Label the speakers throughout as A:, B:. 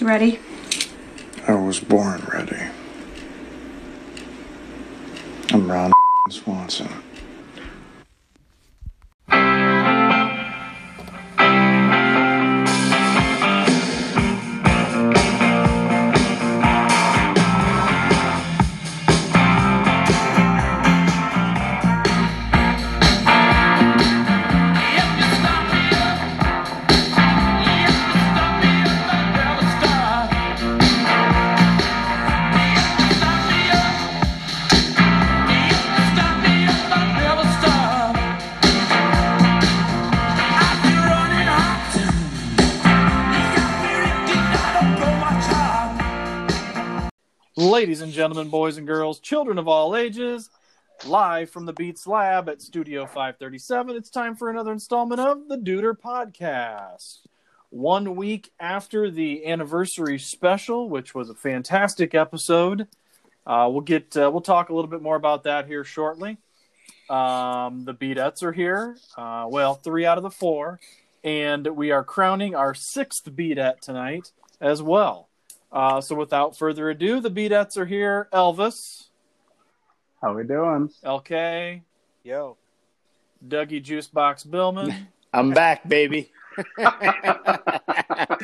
A: Ready?
B: I was born ready. I'm Ron Swanson.
C: Ladies and gentlemen, boys and girls, children of all ages, live from the Beats Lab at Studio 537, it's time for another installment of the Duder Podcast. One week after the anniversary special, which was a fantastic episode, uh, we'll get uh, we'll talk a little bit more about that here shortly. Um, the Beatettes are here. Uh, well, three out of the four, and we are crowning our sixth Beatette tonight as well. Uh, so without further ado, the Beatettes are here. Elvis,
D: How we doing?
C: LK,
E: Yo,
C: Dougie Juicebox Billman,
F: I'm back, baby.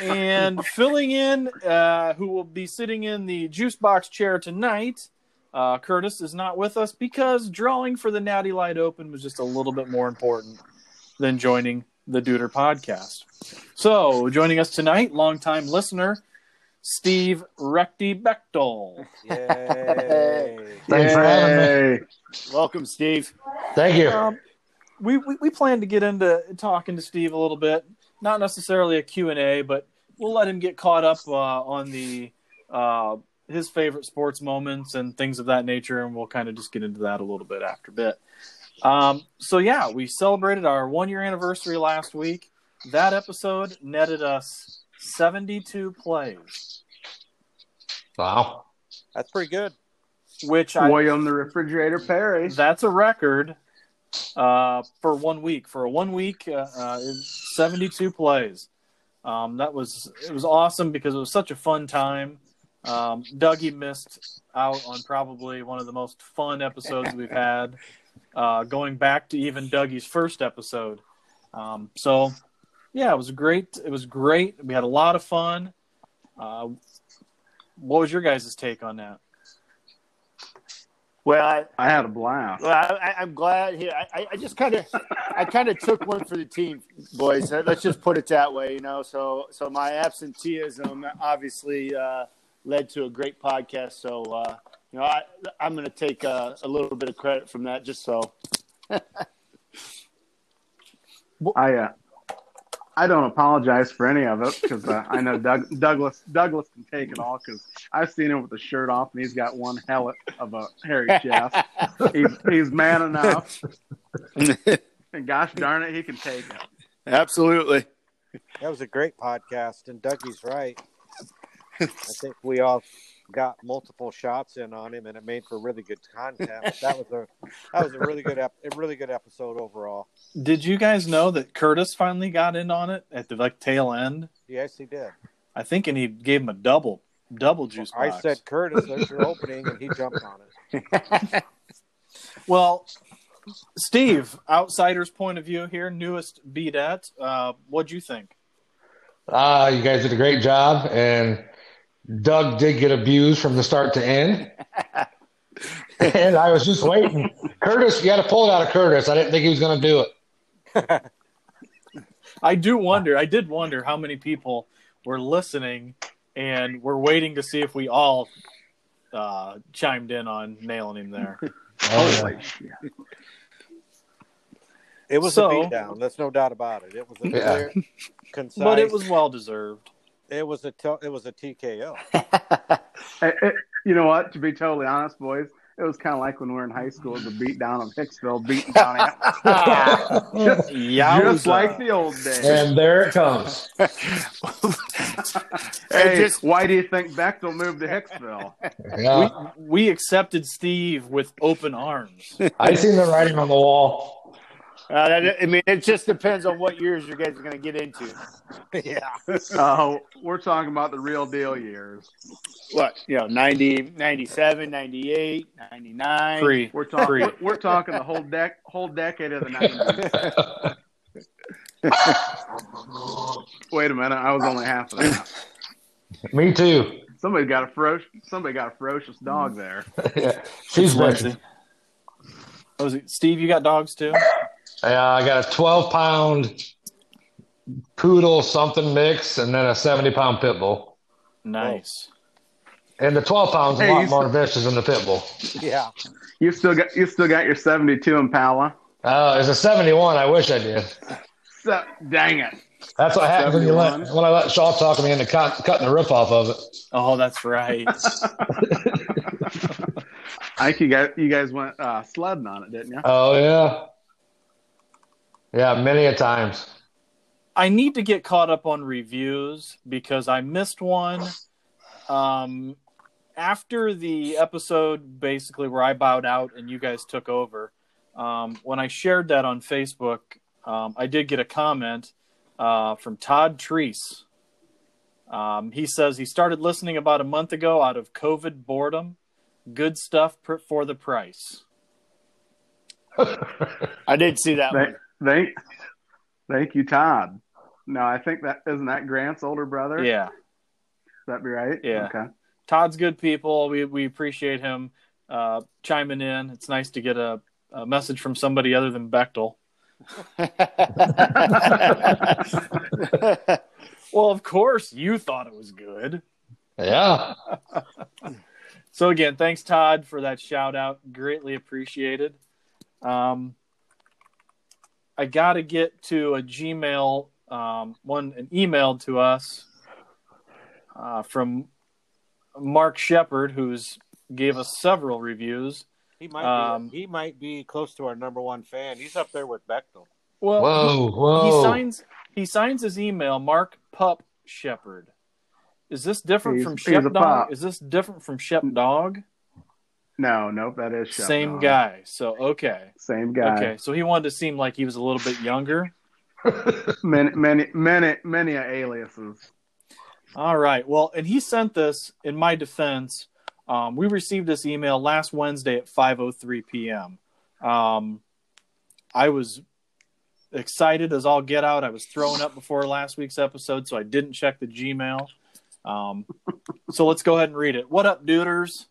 C: and filling in, uh, who will be sitting in the Juicebox chair tonight. Uh, Curtis is not with us because drawing for the Natty Light Open was just a little bit more important than joining the Duder podcast. So joining us tonight, longtime listener Steve Recty Bechtel.
E: yay!
G: Thanks for having me.
D: Yay.
F: Welcome, Steve.
G: Thank you.
C: Um, we, we we plan to get into talking to Steve a little bit, not necessarily a Q and A, but we'll let him get caught up uh, on the uh, his favorite sports moments and things of that nature, and we'll kind of just get into that a little bit after a bit. Um, so yeah, we celebrated our one year anniversary last week. That episode netted us seventy two plays,
G: Wow.
E: That's pretty good.
C: which I
D: William the Refrigerator Perry.
C: That's a record uh, for one week. For a one week, uh, uh, seventy-two plays. Um, that was it was awesome because it was such a fun time. Um, Dougie missed out on probably one of the most fun episodes we've had, uh, going back to even Dougie's first episode. Um, so, yeah, it was great. It was great. We had a lot of fun. Uh, what was your guys' take on that?
F: Well, I,
D: I had a blast.
F: well, I, I- I'm glad here. I, I- I just kind of, I kind of took one for the team, boys. Let's just put it that way, you know. So, so my absenteeism obviously uh, led to a great podcast. So, uh, you know, I, I'm going to take uh, a little bit of credit from that, just so.
D: I uh, I don't apologize for any of it because uh, I know Doug, Douglas Douglas can take it all because I've seen him with the shirt off and he's got one hell of a hairy chest. he's, he's man enough, and gosh darn it, he can take it.
F: Absolutely.
E: That was a great podcast, and Dougie's right. I think we all got multiple shots in on him, and it made for really good content. That was a that was a really good ep- a really good episode overall.
C: Did you guys know that Curtis finally got in on it at the like tail end?
E: Yes, he did.
C: I think, and he gave him a double, double juice
E: I
C: box.
E: said, Curtis, there's your opening, and he jumped on it.
C: well, Steve, outsider's point of view here, newest BDAT. Uh, what'd you think?
G: Uh, you guys did a great job, and Doug did get abused from the start to end. and I was just waiting. Curtis, you got to pull it out of Curtis. I didn't think he was going to do it.
C: I do wonder. I did wonder how many people were listening and were waiting to see if we all uh, chimed in on nailing him there.
G: Oh, yeah.
E: It was
C: So-
E: a beatdown. There's no doubt about it. It was a
G: Yeah.
E: clear, concise.
C: but it was well deserved.
E: it was a t- it was a TKO.
D: It- it- you know what? To be totally honest, boys, it was kind of like when we were in high school, the beat down of Hicksville beating down. Ann- just, just
C: Yowza.
D: like the old days.
G: And there it comes.
D: Hey,
F: It just-
D: why do you think Bechtel moved to Hicksville?
G: Yeah.
E: uh,
C: we accepted Steve with open arms.
G: I seen the writing on the wall.
F: Uh, that- I mean, it just depends on what years you guys are going to get into.
E: yeah.
D: Oh, we're talking about the real deal years.
F: What, you know, 90, 97, 98, 99.
C: Three.
D: We're talking.
C: Three.
D: We're, we're talking the whole dec whole decade of the nineties. Wait a minute, I was only half of that.
G: Me too.
D: Somebody got a ferocious. Somebody got a ferocious dog there.
G: She's bitching.
C: Lindsay. Oh, is it- Steve, you got dogs too?
G: Uh, I got a 12 pound poodle something mix and then a 70 pound pit bull.
C: Nice.
G: And the 12 pounds a
D: Hey,
G: lot
D: you-
G: more vicious than the pit bull.
E: Yeah.
D: You still got. You still got your seventy two Impala.
G: Uh, it's a 71. I wish I did.
D: So, dang it.
G: That's what happens when you let
D: 71?
G: when I let Shaw talk me into cut, cutting the roof off of it.
C: Oh, that's right.
D: I think you guys. You guys went uh, sledding on it, didn't you?
G: Oh yeah, yeah, many a times.
C: I need to get caught up on reviews because I missed one. Um, after the episode, basically where I bowed out and you guys took over, um, when I shared that on Facebook, um, I did get a comment uh, from Todd Treese. Um, he says he started listening about a month ago out of COVID boredom. Good stuff pr- for the price.
F: I did see that
D: Thank,
F: one.
D: thank, thank you, Todd. No, I think that isn't that Grant's older brother.
C: Yeah.
D: that'd be right.
C: Yeah.
D: Okay.
C: Todd's good people. We we appreciate him uh, chiming in. It's nice to get a, a message from somebody other than Bechtel. Well, of course, you thought it was good.
G: Yeah,
C: So again, thanks Todd for that shout out. Greatly appreciated. Um, I got to get to a Gmail um, one an email to us uh, from Mark Shepard, who's gave us several reviews.
E: He might
C: Um,
E: be, he might be close to our number one fan. He's up there with Bechtel.
C: Well,
G: whoa, whoa.
C: he
D: Oh.
C: signs he signs his email Mark Pup Shepherd. Is this different
D: He's-
C: from
D: he's a
C: Shep Dog?
D: pup.
C: Is this different from Shep Dog?
D: No, nope, that is Shep
C: Same
D: Dog.
C: guy. So okay.
D: Same guy.
C: Okay. So he wanted to seem like he was a little bit younger.
D: Many, many, many, many are aliases.
C: All right. Well, and he sent this in my defense. Um, we received this email last Wednesday at 5:03 p.m. Um, I was excited as all get out. I was throwing up before last week's episode, so I didn't check the Gmail. Um, so let's go ahead and read it. What up, duders?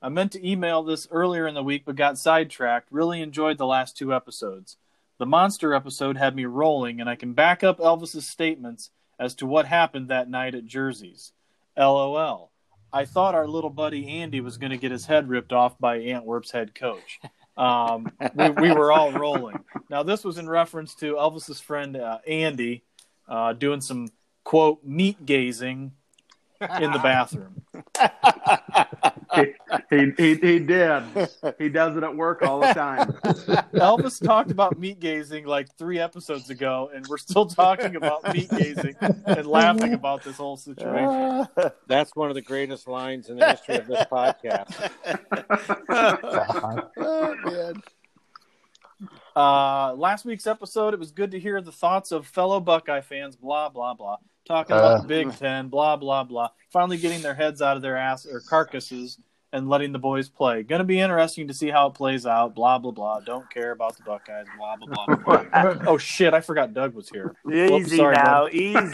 C: I meant to email this earlier in the week, but got sidetracked. Really enjoyed the last two episodes. The monster episode had me rolling, and I can back up Elvis's statements as to what happened that night at Jersey's. LOL. I thought our little buddy Andy was going to get his head ripped off by Antwerp's head coach. Um, we, we were all rolling. Now, this was in reference to Elvis's friend uh, Andy uh, doing some quote meat gazing in the bathroom.
D: He, he, he did. He does it at work all the time.
C: Elvis talked about meat gazing like three episodes ago, and we're still talking about meat gazing and laughing about this whole situation.
E: That's one of the greatest lines in the history of this podcast.
C: Uh, last week's episode, it was good to hear the thoughts of fellow Buckeye fans, blah, blah, blah, talking about
G: Uh.
C: the Big Ten, blah, blah, blah, finally getting their heads out of their ass or carcasses and letting the boys play. Going to be interesting to see how it plays out, blah, blah, blah. Don't care about the Buckeyes, blah, blah, blah. blah. oh, shit, I forgot Doug was here. Whoops,
F: Easy
C: sorry,
F: now, easy.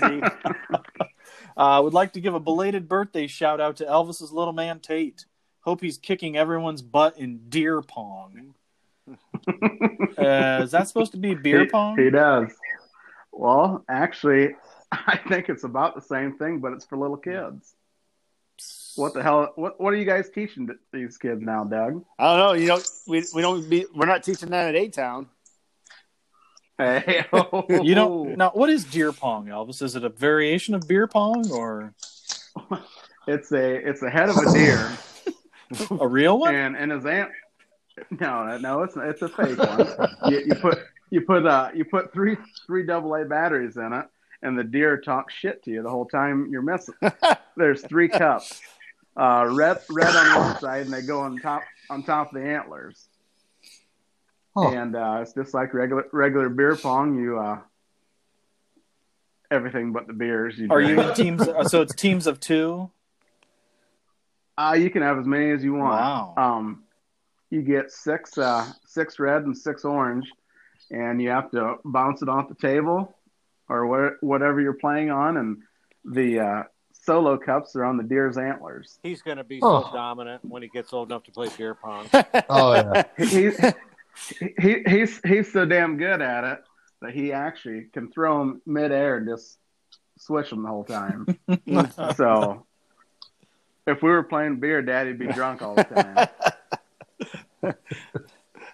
C: I Uh, would like to give a belated birthday shout out to Elvis's little man Tate. Hope he's kicking everyone's butt in deer pong. uh, is that supposed to be beer
D: He-
C: pong?
D: He, does. Well, actually, I think it's about the same thing, but it's for little kids. What the hell? What What are you guys teaching th- these kids now, Doug?
F: I don't know. You know, we, we don't be, we're not teaching that at A Town.
D: Hey,
C: You don't now. What is deer pong, Elvis? Is it a variation of beer pong or
D: It's a it's a head of a deer,
C: a real one?
D: and and his aunt. No, no, no, it's it's a fake one. You, you put you put uh you put three three double A batteries in it, and the deer talks shit to you the whole time you're missing. There's three cups, uh, red red on one side, and they go on top on top of the antlers.
G: Huh.
D: and uh, it's just like regular regular beer pong. You uh, everything but the beers. You
C: Are you
D: drink.
C: in teams? uh, So it's teams of two.
D: Uh, you can have as many as you want.
C: Wow.
D: Um, you get six uh, six red and six orange, and you have to bounce it off the table or what, whatever you're playing on. And the uh, solo cups are on the deer's antlers.
E: He's going to be
G: Oh.
E: so dominant when he gets old enough to play beer pong.
G: Oh yeah.
D: He, he, he's he's so damn good at it that he actually can throw them midair and just switch them the whole time. so if we were playing beer, Daddy'd be drunk all the time.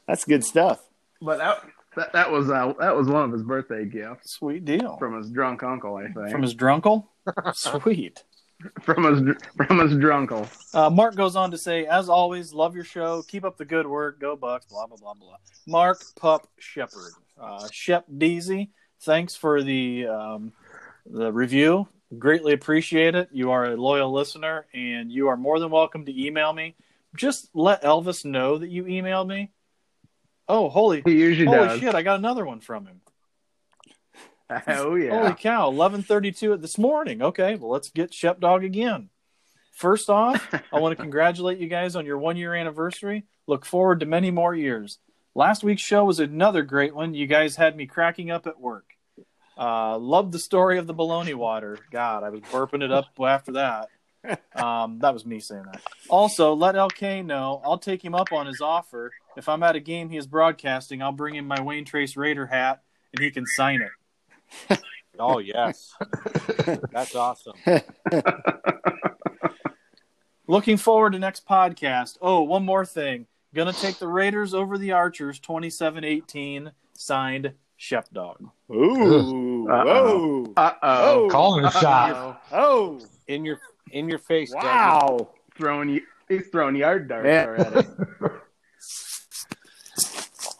F: That's good stuff.
D: But that that, that was uh, that was one of his birthday gifts
C: Sweet deal.
D: from his drunk uncle, I think.
C: From his drunkle. Sweet.
D: from his dr- from his drunkle.
C: Uh, Mark goes on to say, as always, love your show. Keep up the good work. Go Bucks. Blah blah blah blah. Mark Pup Shepherd, uh, Shep Deasy. Thanks for the um, the review. Greatly appreciate it. You are a loyal listener, and you are more than welcome to email me. Just let Elvis know that you emailed me. Oh, holy,
D: He usually
C: holy
D: does.
C: shit! I got another one from him.
D: Oh yeah.
C: Holy cow! Eleven thirty-two this morning. Okay, well let's get Shep Dog again. First off, I want to congratulate you guys on your one-year anniversary. Look forward to many more years. Last week's show was another great one. You guys had me cracking up at work. Uh, loved the story of the baloney water. God, I was burping it up after that. Um, that was me saying that. Also, let LK know I'll take him up on his offer. If I'm at a game he is broadcasting, I'll bring him my Wayne Trace Raider hat and he can sign it.
E: Oh yes, that's awesome.
C: Looking forward to next podcast. Oh, one more thing. Gonna take the Raiders over the Archers 27-18, signed Shep Dog.
F: Ooh.
D: Uh-oh.
F: Whoa.
D: Uh oh.
G: Calling a shot.
F: Oh.
E: In your in your face, Dougie.
F: Wow.
D: Throwing y- he's throwing yard darts
F: Yeah.
D: already.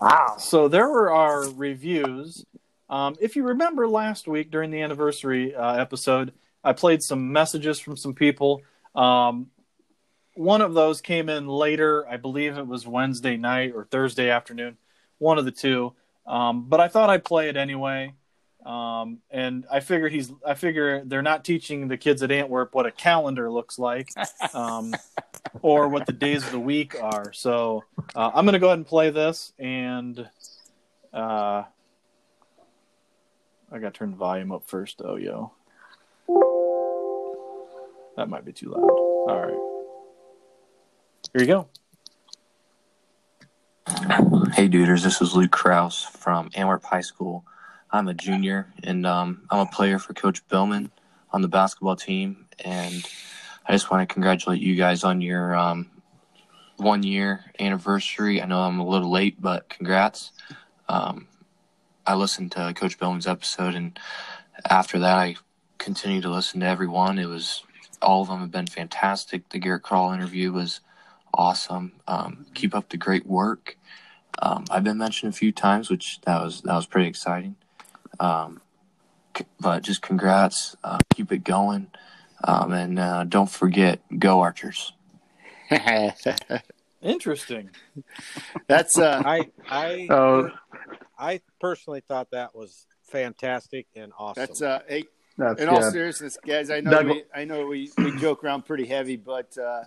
F: Wow.
C: So there were our reviews. Um, if you remember last week during the anniversary uh, episode, I played some messages from some people. Um, one of those came in later. I believe it was Wednesday night or Thursday afternoon, one of the two. Um, but I thought I'd play it anyway. Um, and I figured he's, I figure they're not teaching the kids at Antwerp what a calendar looks like, um, or what the days of the week are. So uh, I'm going to go ahead and play this, and uh, I got to turn the volume up first. Oh, yo, that might be too loud. All right, here you go.
A: Hey, duders, this is Luke Kraus from Antwerp High School. I'm a junior and um, I'm a player for Coach Billman on the basketball team. And I just want to congratulate you guys on your um, one year anniversary. I know I'm a little late, but congrats. Um, I listened to Coach Billman's episode, and after that, I continued to listen to everyone. It was all of them have been fantastic. The Garrett Crawl interview was awesome. Um, keep up the great work. Um, I've been mentioned a few times, which that was that was pretty exciting. Um, c- but just congrats, uh, keep it going, um, and uh, don't forget, go Archers.
C: Interesting.
F: That's uh
E: I I
D: So
E: I personally thought that was fantastic and awesome.
F: that's uh hey
D: that's
F: in
D: good.
F: all seriousness, guys, I know
D: Doug-
F: we, I know we, we joke around pretty heavy, but uh,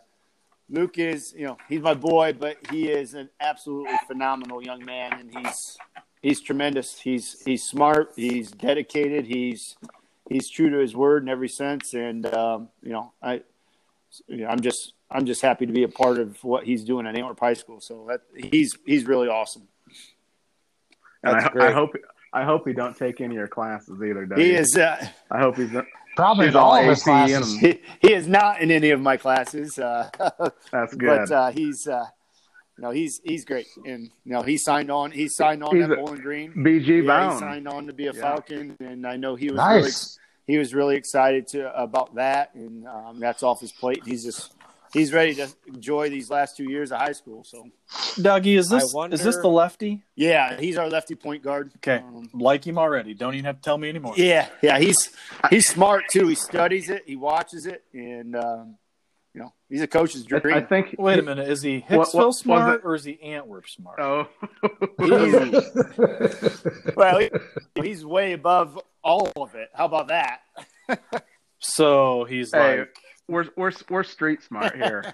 F: Luke is you know he's my boy, but he is an absolutely phenomenal young man, and he's he's tremendous. He's he's smart. He's dedicated. He's he's true to his word in every sense, and um, you know I you know, I'm just I'm just happy to be a part of what he's doing at Antwerp High School. So that, he's he's really awesome.
D: and
E: that's
D: I, I
E: great.
D: hope I hope he don't take any of your classes either. Dougie.
F: He is. Uh,
D: I hope he's. Not,
G: Probably
D: He's
G: in all
D: all
G: of his
D: ACE
G: classes.
D: and-
F: he, he is not in any of my classes. Uh,
D: that's good.
F: but uh, he's uh, no, he's he's great, and you know he signed on. He signed on
D: He's
F: at
D: a-
F: Bowling Green.
D: BG
F: Yeah, he
D: Bound.
F: signed on to be a
D: Yeah.
F: Falcon, and I know he was really,
G: Nice.
F: he was really excited to about that, and um, that's off his plate. He's just he's ready to enjoy these last two years of high school. So
C: Dougie, is this
E: I wonder-
C: is this the lefty?
F: yeah, he's our lefty point guard.
C: Okay,
F: Um,
C: like him already. Don't even have to tell me anymore.
F: yeah, yeah, he's he's smart too. He studies it, he watches it, and um, You know, he's a coach's dream.
D: I think.
C: Wait a minute. Is he
D: What- what-
C: Hicksville
D: was
C: smart or is he Antwerp smart?
D: Oh,
F: He's- well, he- he's way above all of it. How about that?
C: So he's
D: Hey.
C: like,
D: we're we're we're street smart here.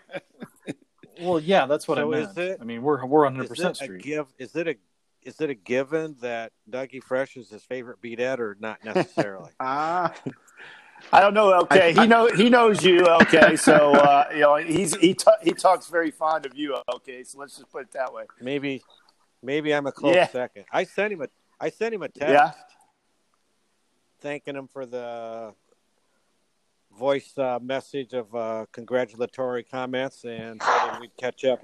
C: well, yeah, that's what
E: So
C: I
E: is
C: meant.
E: it-
C: I mean, we're we're
E: Is
C: 100
E: it
C: percent
E: a
C: street.
E: give? Is it a is it a given that Dougie Fresh is his favorite beadette, or not necessarily?
D: Ah,
F: I don't know. Okay, he know he knows you. Okay, so uh, you know he's he ta- he talks very fond of you. Okay, so let's just put it that way.
E: maybe, maybe I'm a close
F: Yeah.
E: second. I sent him a I sent him a text
F: Yeah.
E: thanking him for the voice uh, message of uh, congratulatory comments and said that we'd catch up.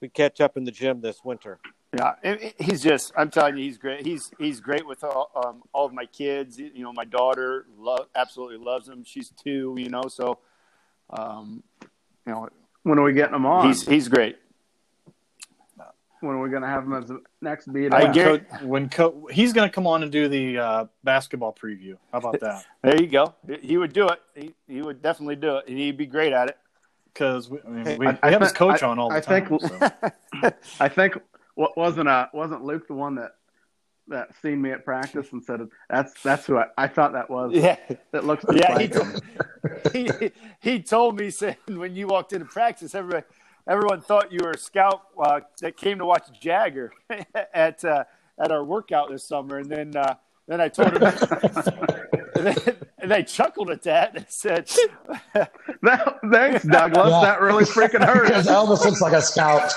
E: We'd catch up in the gym this winter.
F: Yeah, and- and he's just. I'm telling you, he's great. He's he's great with all, um, all of my kids. You know, my daughter lo- absolutely loves him. She's two. You know, so um, you know
D: when are we getting them on?
F: he's he's great.
D: When are we gonna have him as the next beat?
F: I
D: up?
F: guarantee-
C: Co- when co- he's going to come on and do the uh, basketball preview. How about that?
F: There you go. He would do it. He, he would definitely do it, and he'd be great at it.
C: Because we, I mean, we,
D: I-
C: we
D: I
C: have his
D: think-
C: coach
D: I-
C: on all the
D: I
C: time.
D: think-
C: so.
D: I think what wasn't uh wasn't Luke the one that that seen me at practice and said that's that's who I, I thought that was.
F: Yeah,
D: That looks just
F: yeah. He,
D: like him.
F: told- he he told me saying when you walked into practice, everybody everyone thought you were a scout uh, that came to watch Jagger at uh, at our workout this summer, and then uh, then I told him. And, then, and I chuckled at that and said,
D: That, thanks, Douglas.
G: Yeah.
D: That really freaking
G: because
D: hurt.
G: Elvis looks like a scout.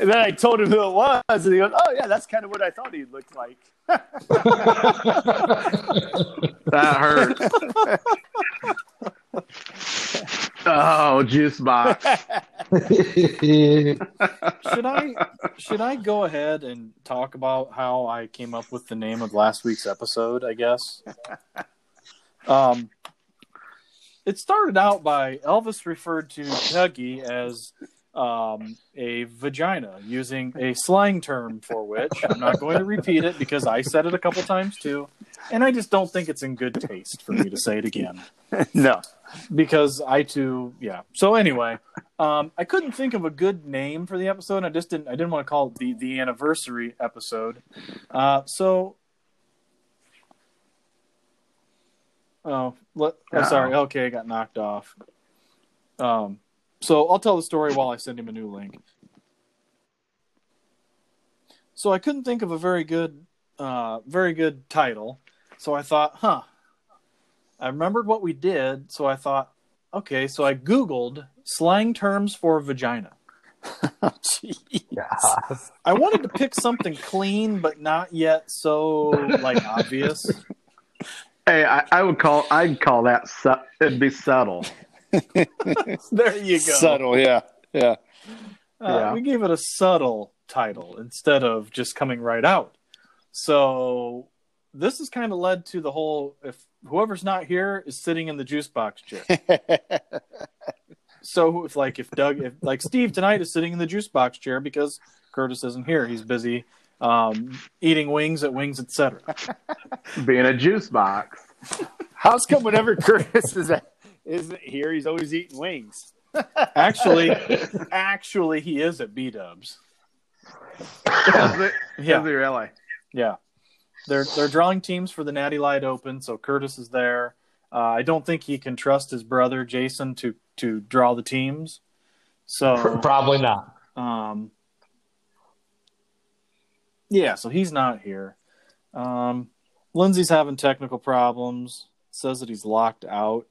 F: and then I told him who it was, and he goes, "Oh yeah, that's kind of what I thought he looked like."
D: that hurt. oh, juice box.
C: should I should I go ahead and talk about how I came up with the name of last week's episode? I guess. Um, it started out by Elvis referred to Dougie as um, a vagina, using a slang term for which I'm not going to repeat it because I said it a couple times too, and I just don't think it's in good taste for me to say it again
F: No,
C: because I too, yeah. So anyway, um, I couldn't think of a good name for the episode. and I just didn't. I didn't want to call it the the anniversary episode. Uh, so, oh, let, I'm
D: Uh-oh.
C: sorry. Okay, I got knocked off. Um, so I'll tell the story while I send him a new link. So I couldn't think of a very good, uh, very good title. So I thought, huh. I remembered what we did, so I thought, okay. So I Googled slang terms for vagina. I wanted to pick something clean, but not yet so like obvious.
D: Hey, I, I would call. I'd call that. Su- it'd be subtle.
F: there you
C: go.
F: Subtle, yeah, yeah.
C: Uh,
D: Yeah.
C: We gave it a subtle title instead of just coming right out. So this has kind of led to the whole if whoever's not here is sitting in the juice box chair. so if like if Doug if like Steve tonight is sitting in the juice box chair because Curtis isn't here, he's busy um, eating wings at Wings Etc.
D: Being a juice box.
F: How's come whenever Curtis is at, isn't here, he's always eating wings?
C: Actually, actually he is at B Dubs.
D: Is it-
C: Yeah.
D: is it really?
C: Yeah, they're they're drawing teams for the Natty Light Open, so Curtis is there. Uh, I don't think he can trust his brother Jason to to draw the teams. So,
G: Probably not.
C: um, yeah, so he's not here. Um, Lindsay's having technical problems. Says that he's locked out.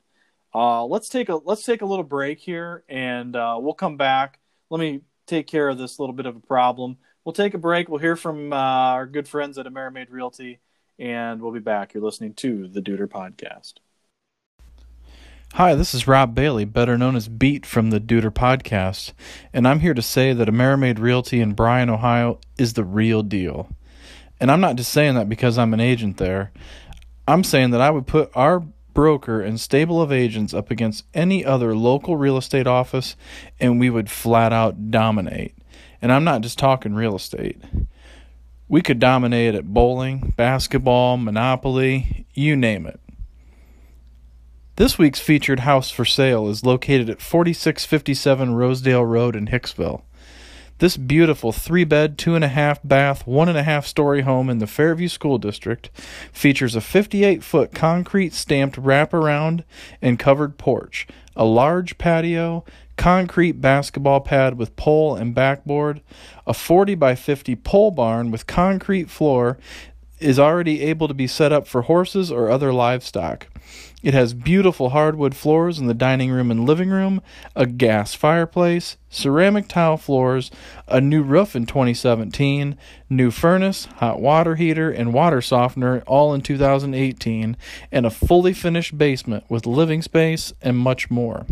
C: Uh, let's take a let's take a little break here, and uh, we'll come back. Let me take care of this little bit of a problem. We'll take a break. We'll hear from uh, our good friends at Amerimade Realty, and we'll be back. You're listening to the Deuter Podcast. Hi, this is Rob Bailey, better known as Beat from the Deuter Podcast, and I'm here to say that Amerimade Realty in Bryan, Ohio is the real deal. And I'm not just saying that because I'm an agent there. I'm saying that I would put our broker and stable of agents up against any other local real estate office and we would flat out dominate. And I'm not just talking real estate. We could dominate at bowling, basketball, Monopoly, you name it. This week's featured house for sale is located at 4657 Rosedale Road in Hicksville. This beautiful three bed, two and a half bath, one and a half story home in the Fairview School District features a 58 foot concrete stamped wraparound and covered porch, a large patio, concrete basketball pad with pole and backboard, a 40 by 50 pole barn with concrete floor is already able to be set up for horses or other livestock. It has beautiful hardwood floors in the dining room and living room, a gas fireplace, ceramic tile floors, a new roof in 2017, new furnace, hot water heater, and water softener all in 2018, and a fully finished basement with living space and much more.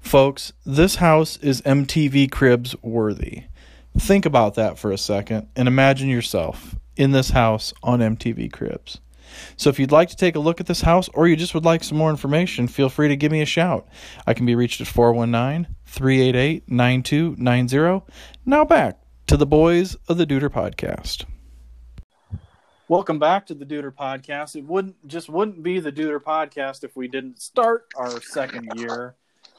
C: Folks, this house is MTV Cribs worthy. Think about that for a second and imagine yourself in this house on MTV Cribs. So if you'd like to take a look at this house or you just would like some more information, feel free to give me a shout. I can be reached at 419 388 9290. Now back to the boys of the Deuter podcast. Welcome back to the Deuter podcast. It wouldn't just wouldn't be the Deuter podcast if we didn't start our second year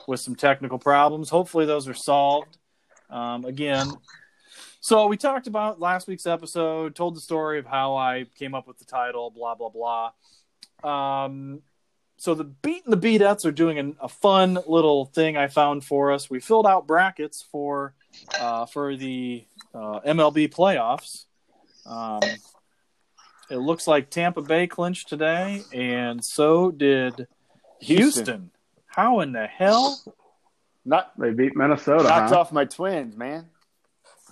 C: with some technical problems. Hopefully those are solved. Um, again, so we talked about last week's episode, told the story of how I came up with the title, blah blah blah. Um, so the Beat and the Beatettes are doing an, a fun little thing I found for us. We filled out brackets for uh, for the uh, MLB playoffs. Um, it looks like Tampa Bay clinched today, and so did Houston.
F: Houston.
C: How in the hell?
F: Not,
D: They beat Minnesota.
F: knocked
D: huh?
F: off my twins, man.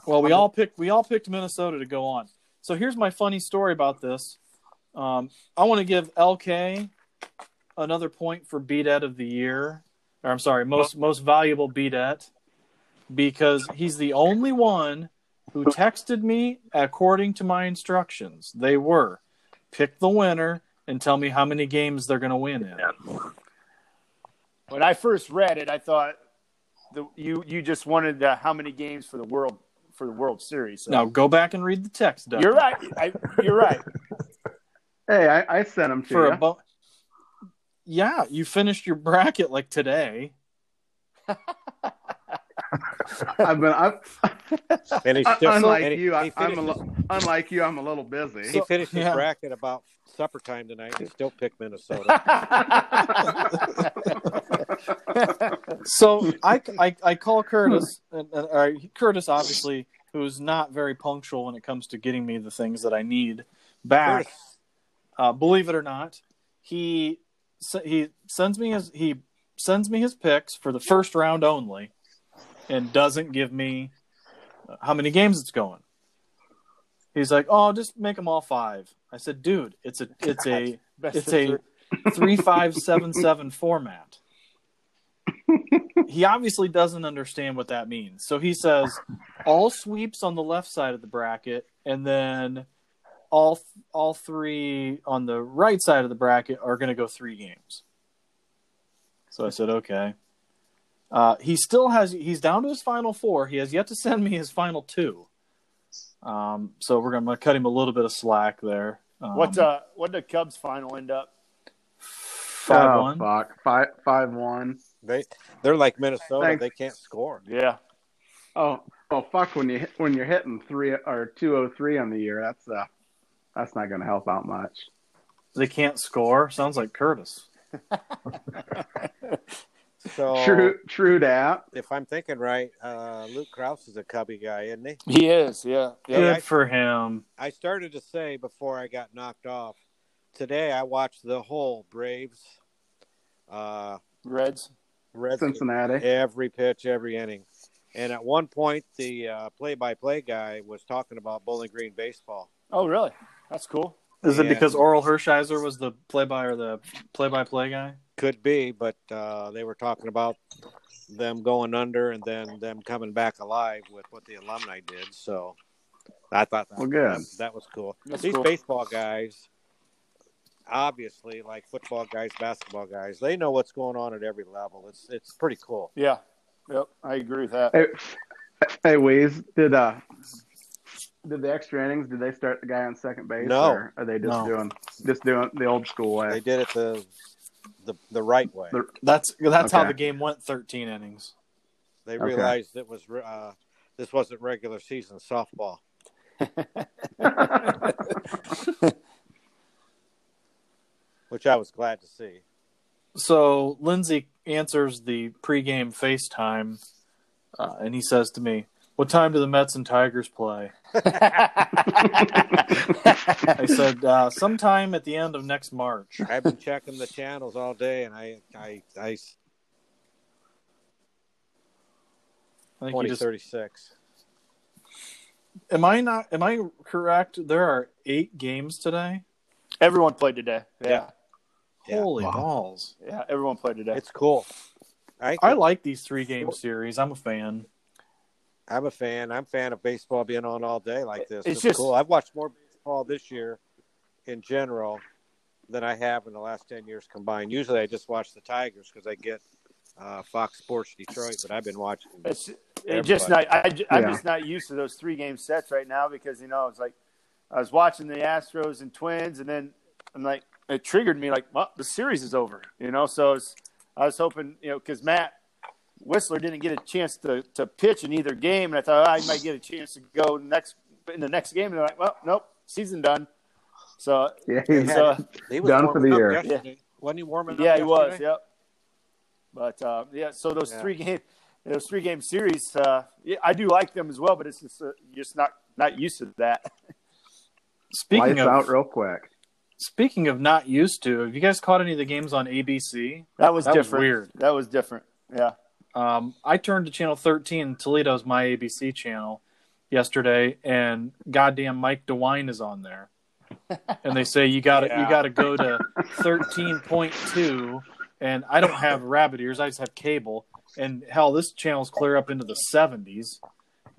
C: Well, we all picked we all picked Minnesota to go on. So here's my funny story about this. Um, I want to give LK another point for beatet of the year, or I'm sorry, most most valuable beatet, because he's the only one who texted me according to my instructions. They were pick the winner and tell me how many games they're going to win in.
F: When I first read it, I thought the, you you just wanted the, how many games for the world for the World Series. So.
C: Now go back and read the text. Doug.
F: you're right. I, you're right.
D: Hey, I, I sent them to
C: for
D: you.
C: a bo- yeah you finished your bracket like today
D: I've been. I've,
E: And he still,
D: unlike
E: and he-
D: you,
E: he
D: I, I'm
E: finished
D: a, li- unlike you, I'm a little busy.
E: He finished his
C: Yeah.
E: bracket about supper time tonight and still picked Minnesota.
C: so I, I, I call Curtis, and, and, all right, Curtis obviously, who's not very punctual when it comes to getting me the things that I need back. Uh, believe it or not, he s- he sends me his he sends me his picks for the first round only, and doesn't give me uh, how many games it's going. He's like, "Oh, just make them all five. I said, "Dude, it's a it's a
F: Best
C: it's
F: of
C: a three five seven seven format. he obviously doesn't understand what that means. So he says all sweeps on the left side of the bracket, and then all all three on the right side of the bracket are going to go three games. So I said okay. Uh, he still has he's down to his final four. He has yet to send me his final two. Um, so we're going to cut him a little bit of slack there. Um,
F: What uh, what did the Cubs final end up?
C: five
D: oh,
C: one?
D: Fuck. Five, five one.
E: They they're like Minnesota.
D: Thanks.
E: They can't score.
F: Yeah,
D: Oh, oh, fuck! When you hit- when you're hitting three or two oh three on the year, that's uh, that's not going to help out much.
C: They can't score. Sounds like Curtis.
E: So
D: True, true dat.
E: if I'm thinking right, uh, Luke Krause is a cubby guy, isn't he?
F: he is. Yeah,
E: Yeah, I-
C: Good for him.
E: I started to say before I got knocked off. Today I watched the whole Braves, uh,
F: Reds.
E: Redskins,
D: Cincinnati.
E: every pitch, every inning. And at one point, the uh, play-by-play guy was talking about Bowling Green baseball.
F: Oh, really? That's cool.
C: Is it
E: Yeah.
C: because Oral Hershiser was the play by or the play by play guy?
E: Could be, but uh, they were talking about them going under and then them coming back alive with what the alumni did. So I thought that,
D: Well, good.
E: that was cool.
F: That's
E: These
F: cool.
E: baseball guys, obviously, like football guys, basketball guys, they know what's going on at every level. It's it's pretty cool.
F: Yeah. Yep, I agree with that.
D: Hey, hey, Weez, did uh, did the extra innings? Did they start the guy on second base?
E: No.
D: or are they just
C: No.
D: doing just doing the old school
E: They
D: way?
E: did it the the, the right way.
D: The-
C: That's that's how
D: Okay.
C: the game went. Thirteen innings.
E: They
D: Okay.
E: realized it was re- uh, this wasn't regular season softball. Which I was glad to see.
C: So Lindsay answers the pregame FaceTime, uh, and he says to me, "What time do the Mets and Tigers play?" I said, uh, "Sometime at the end of next March."
E: I've been checking the channels all day, and I, I,
C: I
E: I
C: think you
E: twenty
C: just.
E: thirty six.
C: Am I not? Am I correct? There are eight games today.
F: everyone played today. Yeah.
E: Yeah.
C: Holy
G: Wow.
C: balls!
F: yeah, everyone played today.
E: It's cool. I,
C: I like these three game series. I'm a fan.
E: I'm a fan. I'm a fan of baseball being on all day like this.
F: It's
E: It's,
F: just-
E: cool. I've watched more baseball this year in general than I have in the last 10 years combined. Usually I just watch the Tigers because I get uh, Fox Sports Detroit, but I've been watching.
F: It's it just not. I, am
D: Yeah.
F: just not used to those three game sets right now because you know it's like I was watching the Astros and Twins, and then I'm like it triggered me like well, the series is over, you know. So it's, I was hoping you know because Matt Whistler didn't get a chance to, to pitch in either game, and I thought oh, I might get a chance to go next in the next game, and they're like, well, nope, season done. So
D: yeah,
E: They
D: he's-
E: had-
F: so
E: He
D: Done for
E: warming
D: the
E: up
D: year.
E: Yesterday. Wasn't he warming
F: yeah,
E: up?
F: he was.
E: yesterday?
F: Yep. But uh, yeah, so those
E: Yeah.
F: three game, those three game series, uh, yeah, I do like them as well. But it's just uh, you're just not not used to that.
C: Speaking
D: lights
C: of
D: out real quick.
C: speaking of not used to, have you guys caught any of the games on ABC?
F: That was
C: That was
F: different.
C: weird.
F: That was different. Yeah.
C: Um, I turned to channel 13. Toledo's my ABC channel yesterday, and goddamn Mike DeWine is on there. And they say you got to you
E: Yeah.
C: got to go to 13.2, and I don't have rabbit ears. I just have cable. And hell, this channel's clear up into the 70s,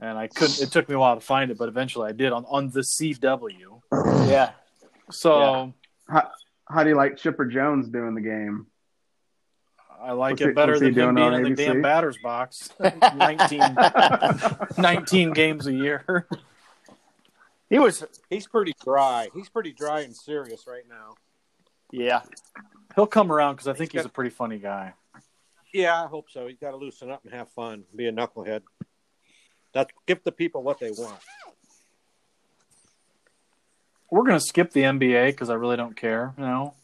C: and I couldn't. It took me a while to find it, but eventually I did on on the CW.
F: Yeah.
C: So
F: Yeah.
D: How, how do you like Chipper Jones doing the game?
C: I like
D: What's
C: it
D: he-
C: better
D: what's he
C: than him
D: doing
C: being
D: on
C: in the
D: ABC?
C: damn batter's box 19, 19 games a year.
F: He was.
E: He's pretty dry. He's pretty dry and serious right now.
F: Yeah.
C: He'll come around because I think he's a pretty funny guy.
E: Yeah, I hope so. He's got to loosen up and have fun, be a knucklehead. That's give the people what they want.
C: We're gonna skip the NBA because I really don't care. You know,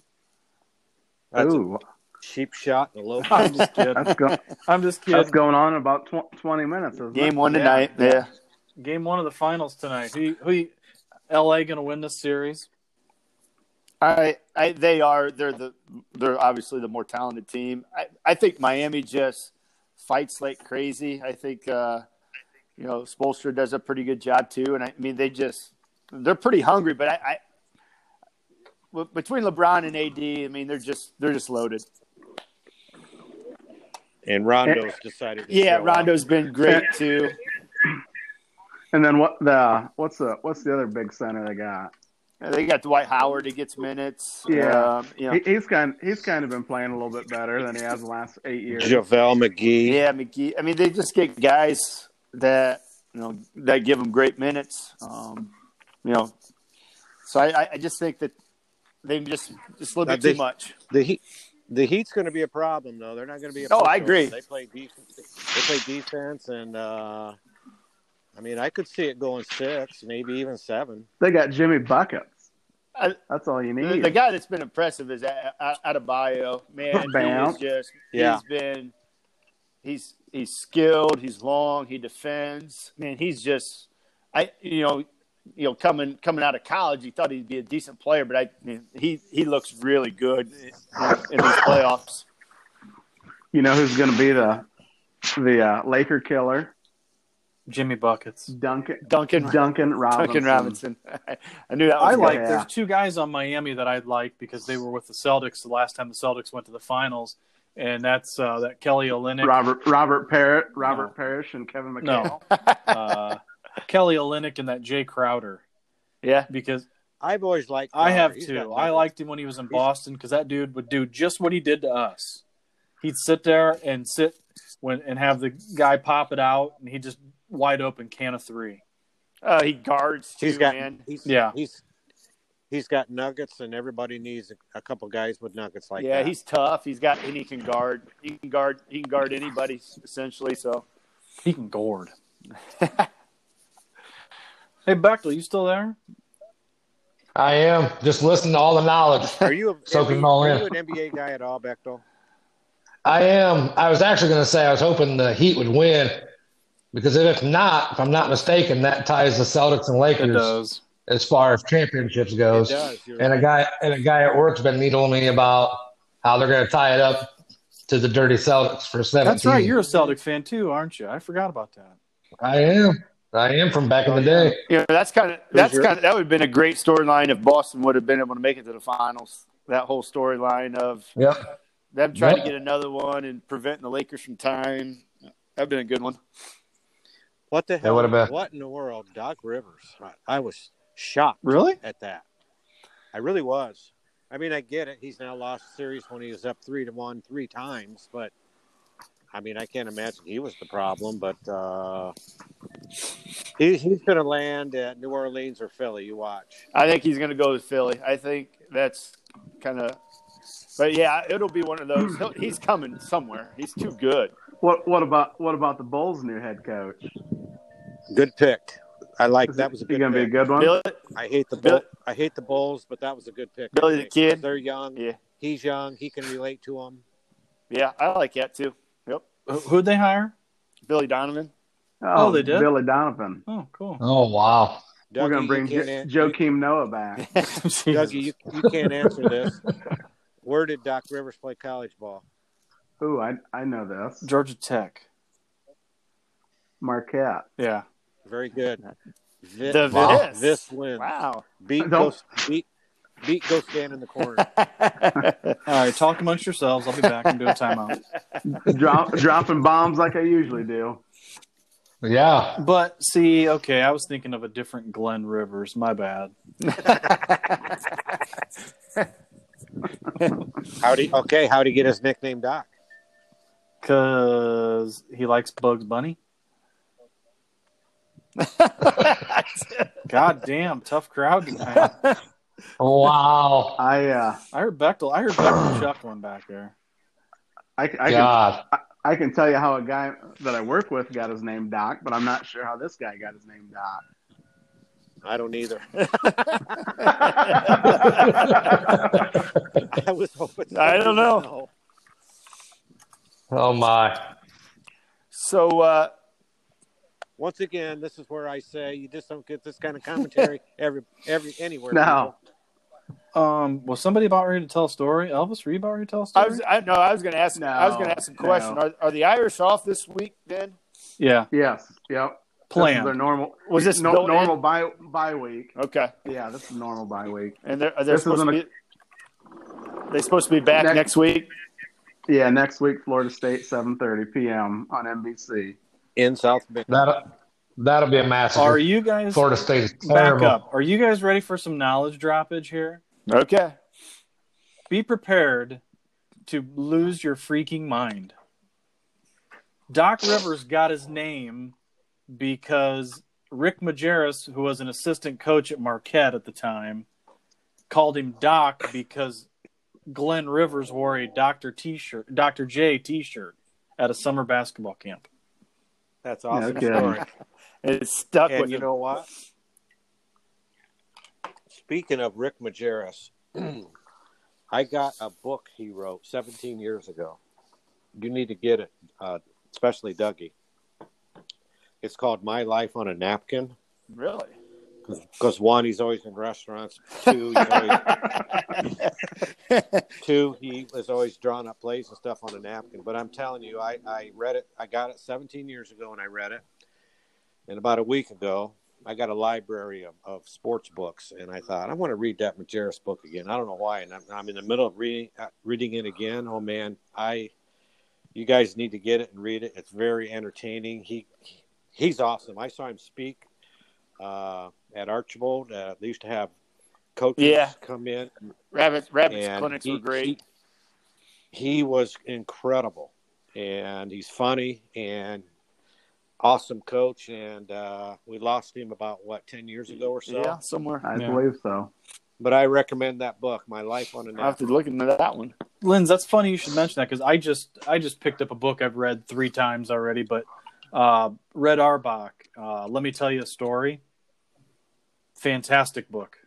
E: That's
D: Ooh,
E: a cheap shot and a low.
C: I'm just kidding.
D: that's, go-
C: I'm just
D: that's
C: kidding.
D: going on about tw- 20 minutes. Isn't
F: Game
D: it?
F: one tonight. Yeah.
C: Game one of the finals tonight. Who, who, you- LA gonna win this series?
F: I, I. They are. They're the. They're obviously the more talented team. I. I think Miami just fights like crazy. I think. uh you know, Spolster does a pretty good job too. And I, mean, they just they're pretty hungry, but I, I w- between LeBron and AD, I mean, they're just they're just loaded.
E: And Rondo's decided. To
F: Yeah,
E: show up.
F: Rondo's been great too.
D: And then what the what's the what's the other big center they got?
F: They got Dwight Howard; he gets minutes.
D: Yeah.
F: um, you know,
D: He, he's kind he's kind of been playing a little bit better than he has the last eight years.
E: JaVale McGee.
F: yeah, McGee. I mean, they just get guys that you know that give them great minutes. Um, you know, so I, I- I just think that they just just a little bit
E: Now, they-
F: too much.
E: The Heat, the Heat's going to be a problem though. They're not going to be. A
F: No, I
E: pushover.
F: agree.
E: They play defense. They play defense, and uh, I mean, I could see it going six, maybe even seven.
D: They got Jimmy buckets.
F: I-
D: That's all you
F: The,
D: need.
F: the guy that's been impressive is A- A- Adebayo. Man,
D: Bam.
F: he is just
E: Yeah.
F: he's been he's he's skilled, he's long, he defends. Man, he's just I you know you know coming coming out of college, he thought he'd be a decent player, but I he he looks really good in, in these playoffs.
D: you know who's going to be the the uh, Laker killer?
C: Jimmy buckets.
D: Duncan
F: Duncan
D: Duncan Robinson.
F: Duncan Robinson. I knew that. Was
C: I
F: coming.
C: like.
D: yeah.
C: There's two guys on Miami that I like because they were with the Celtics the last time the Celtics went to the finals, and that's uh, that Kelly Olynyk.
D: Robert Robert Parrott, Robert
C: No.
D: Parrish, and Kevin McHale.
C: No, uh, Kelly Olynyk and that Jay Crowder
F: Yeah.
C: because
E: I've always liked.
C: I have
E: He's
C: too.
E: got
C: I
E: numbers.
C: liked him when he was in
E: He's-
C: Boston because that dude would do just what he did to us. He'd sit there and sit when and have the guy pop it out, and he just wide open can of three.
F: Uh, he guards too,
E: He's got.
F: man.
E: He's,
C: Yeah.
E: He's he's got nuggets, and everybody needs a, a couple guys with nuggets like
F: yeah,
E: that.
F: he's tough. He's got and he can guard. He can guard. He can guard anybody essentially. So
C: He can gourd. hey, Beckley, you still there?
G: I am just listening to all the knowledge.
E: Are you a,
G: Soaking
E: are you,
G: them all
E: are
G: in.
E: you an NBA guy at all, Bechtel?
G: I am. I was actually going to say I was hoping the Heat would win because if not, if I'm not mistaken, that ties the Celtics and
C: It
G: Lakers
C: does.
G: as far as championships goes.
E: It does. You're
G: And a guy and a guy at work's been needling me about how they're going to tie it up to the dirty Celtics for 17.
C: That's right. You're a Celtic fan too, aren't you? I forgot about that.
G: I am. I am from back in the day.
C: Oh,
F: yeah, that's kind of that's
E: your-
F: kind of that would have been a great storyline if Boston would have been able to make it to the finals. That whole storyline of
G: Yep.
F: them trying
G: Yep.
F: to get another one and preventing the Lakers from tying. That'd been a good one.
E: What the hell?
G: would've been-
E: What in the world, Doc Rivers? I, I was shocked
C: Really?
E: at that. I really was. I mean, I get it. He's now lost the series when he was up three to one three times, but I mean, I can't imagine he was the problem. But uh, he, he's going to land at New Orleans or Philly. You watch.
F: I think he's going to go with Philly. I think that's kind of. But yeah, it'll be one of those. He'll- He's coming somewhere. He's too good.
D: What what about what about the Bulls' new head coach?
E: Good pick. I like
D: Is
E: that.
D: it-
E: Was a
D: he
E: good
D: gonna be a
E: pick.
D: good one?
F: Billy,
E: I hate the
F: Bill-
E: Bull- I hate the Bulls, but that was a good pick.
F: Billy the Kid?
E: They're young.
F: Yeah.
E: He's young. He can relate to them.
F: yeah, I like that too. Yep,
C: Who- Who'd they hire?
F: Billy Donovan.
C: Oh, they did?
D: Billy Donovan.
C: Oh, cool.
G: Oh wow.
E: Dougie,
D: We're gonna
E: you
D: bring
E: can't
D: jo-
E: an-
D: Joakim Noah back.
E: Dougie, you, you can't answer this. Where did Doc Rivers play college ball?
D: Ooh, I I know this.
C: Georgia Tech.
D: Marquette.
C: Yeah.
E: Very good. Thi-
F: The
E: this,
F: Viz.
E: this win.
F: Wow.
E: Beat go,
D: Don't-
E: beat, beat go stand in the corner.
C: All right, talk amongst yourselves. I'll be back and do a timeout.
D: Drop, dropping bombs like I usually do.
G: Yeah.
C: But see, okay, I was thinking of a different Glenn Rivers. My bad.
E: Howdy. Okay, how'd he get his nickname Doc?
C: Cause he likes Bugs Bunny. God damn, tough crowd tonight.
G: Wow.
D: I uh,
C: I heard Bechtel. I heard Bechtel chuckling back there.
D: I, I can
G: God.
D: I can tell you how a guy that I work with got his name Doc, but I'm not sure how this guy got his name Doc.
E: I don't either. I was hoping.
F: I don't know.
G: Oh my.
F: So uh,
E: Once again, this is where I say you just don't get this kind of commentary every every anywhere.
D: No.
C: Um, was somebody about ready to tell a story? Elvis, were you about ready to tell a story?
F: I was I no, I was going to ask. I was going to ask a
D: No,
F: question.
D: no.
F: Are, are the Irish off this week? Then
C: yeah,
D: Yes. Yep. This is their
C: plan.
D: normal.
F: Was this
D: no,
F: built in?
D: normal bye bye week?
F: okay,
D: Yeah, this is normal bye week.
F: and they're are they
D: This
F: supposed to
D: isn't
F: be? They supposed to be back
D: Next-
F: next week.
D: Yeah, next week, Florida State, 7:30 p.m. on NBC.
E: in South Bend.
G: That that'll be a massacre.
C: Are you guys
G: Florida State is
C: back
G: terrible.
C: up? Are you guys ready for some knowledge droppage here?
F: Okay.
C: Be prepared to lose your freaking mind. Doc Rivers got his name because Rick Majerus, who was an assistant coach at Marquette at the time, called him Doc because Glenn Rivers wore a Dr. T-shirt, Dr. J T-shirt at a summer basketball camp.
E: That's awesome
D: Okay.
E: story.
F: And it's stuck
E: And
F: with
E: you
F: him.
E: know what? Speaking of Rick Majerus, I got a book he wrote 17 years ago. You need to get it, uh, especially Dougie. It's called My Life on a Napkin
F: Really?
E: because one, he's always in restaurants. Two, he's always, two, he was always drawing up plays and stuff on a napkin. But I'm telling you, I, I read it. I got it 17 years ago, and I read it. And about a week ago, I got a library of, of sports books, and I thought I want to read that Majerus book again. I don't know why, and I'm, I'm in the middle of reading uh, reading it again. Oh man, I you guys need to get it and read it. It's very entertaining. He he's awesome. I saw him speak uh, at Archibald. Uh, they used to have coaches
F: Yeah.
E: come in
F: Rabbits, rabbits
E: And
F: clinics
E: he-
F: were great.
E: he was incredible and he's funny and awesome coach and uh, we lost him about what 10 years ago or so
F: yeah, somewhere.
D: I
C: Yeah.
D: believe so.
E: But I recommend that book, My Life on a
F: I have to
E: Nap.
F: look into that one.
C: Linz, that's funny you should mention that because I just I just picked up a book I've read three times already, but uh, Red Arbach, uh, let me tell you a story. Fantastic book.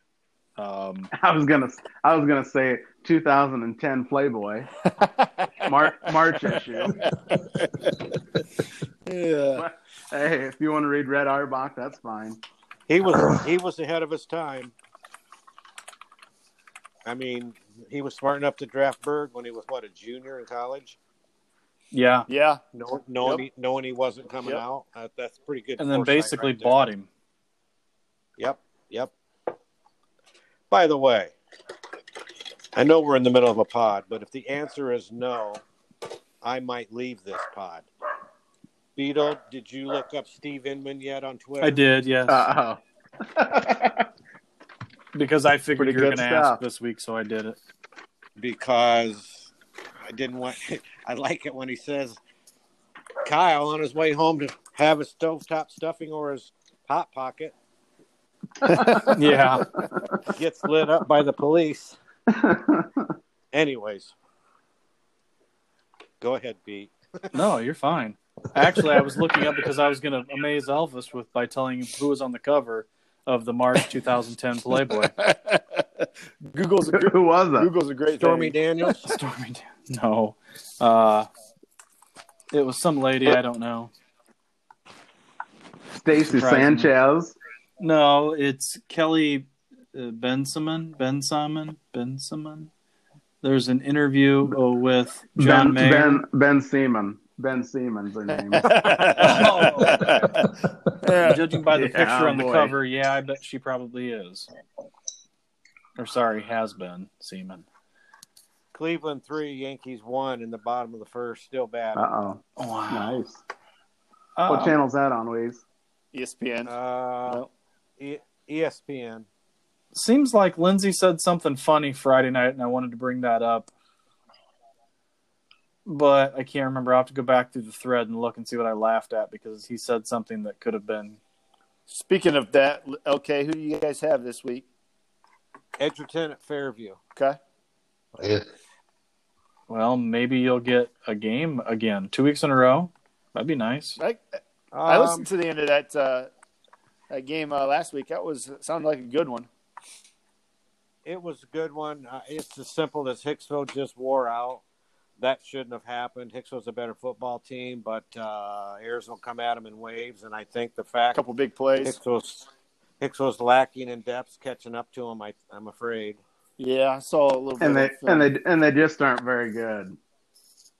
C: Um,
D: I was gonna I was gonna say 2010 Playboy Mar- March issue.
F: Yeah.
D: But, hey, if you want to read Red Arbach, that's fine.
E: He was he was ahead of his time. I mean, he was smart enough to draft Berg when he was what a junior in college,
C: yeah,
F: Yeah.
E: knowing knowing,
F: Yep.
E: he, knowing he wasn't coming
F: Yep.
E: out. That, that's pretty good.
C: and then
E: foresight
C: basically
E: right there.
C: bought him.
E: Yep, yep. By the way, I know we're in the middle of a pod, but if the answer is no, I might leave this pod. Beetle, did you look up Steve Inman yet on Twitter?
C: I did, yes,
D: Uh
C: because I figured
D: pretty
C: you were going
D: good
C: to
D: stuff.
C: ask this week, so I did it.
E: because I didn't want. I like it when he says, "Kyle on his way home to have his stovetop stuffing or his hot pocket
C: Yeah,
E: gets lit up by the police."
D: oh.
E: Anyways, go ahead, Beat.
C: no, you're fine. Actually, I was looking up because I was going to amaze Elvis with by telling him who was on the cover of the March 2010 Playboy.
F: Google's a gr-
D: Who was it?
F: Google's a great
E: Stormy
F: thing.
E: Daniels.
C: Stormy Dan- No. Uh, it was some lady, I don't know.
D: Stacy
C: Surprising.
D: Sanchez.
C: No, it's Kelly uh, Bensimon. Bensimon? Bensimon? There's an interview uh, with John
D: ben,
C: Mayer.
D: ben Ben Seaman. Ben Seaman's her name.
C: Oh, Judging by the
D: Yeah,
C: picture on the
D: boy.
C: cover, yeah, I bet she probably is. Or sorry, has been Seaman.
E: Cleveland three, Yankees one in the bottom of the first. Still bad.
D: uh oh.
C: Wow.
D: Nice.
C: Uh,
D: What channel's that on, Weez?
F: E ESPN.
E: Uh, E- ESPN.
C: seems like Lindsay said something funny Friday night, and I wanted to bring that up, but I can't remember. I will have to go back through the thread and look and see what I laughed at because he said something that could have been.
F: Speaking of that, okay, who do you guys have this week?
E: Edgerton at Fairview.
F: Okay.
C: Well, maybe you'll get a game again, two weeks in a row. That'd be nice.
F: I,
E: Um,
F: I listened to the end of that uh, that game uh, last week. That was sounded like a good one.
E: It was a good one. Uh, it's as simple as Hicksville just wore out. That shouldn't have happened. Hicksville's a better football team, but uh, Arizona come at them in waves, and I think the
F: A
E: fact
F: couple big plays.
E: Hicksville's Hicksville's lacking in depth, catching up to them. I, I'm afraid.
F: Yeah, I saw a little bit.
D: And they
F: of
C: uh,
F: uh, that
D: and
F: film.
D: they and they just aren't very good.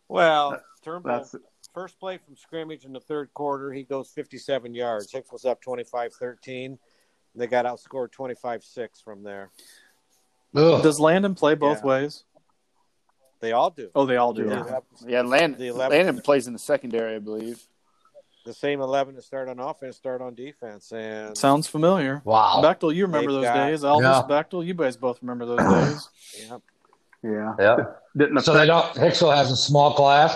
E: Well, Turnbull
D: That's
E: First play from scrimmage in the third quarter, he goes 57 yards. Hicks was up 25 13. They got outscored 25 6 from there.
G: Ugh.
C: Does Landon play both
E: Yeah.
C: ways?
E: They all do.
C: Oh, they all do.
E: They
D: Yeah.
E: have
F: yeah, Landon,
E: The 11th
F: Landon plays in the secondary, I believe.
E: The same 11 to start on offense, start on defense. And
C: Sounds familiar.
G: Wow.
C: Bechtel, you remember
E: They've
C: those
E: got-
C: days. Elvis
G: Yeah.
C: Bechtel, you guys both remember those days.
E: yeah.
D: yeah.
G: Yeah.
D: Didn't
G: So they don't. Hicksville has a small class.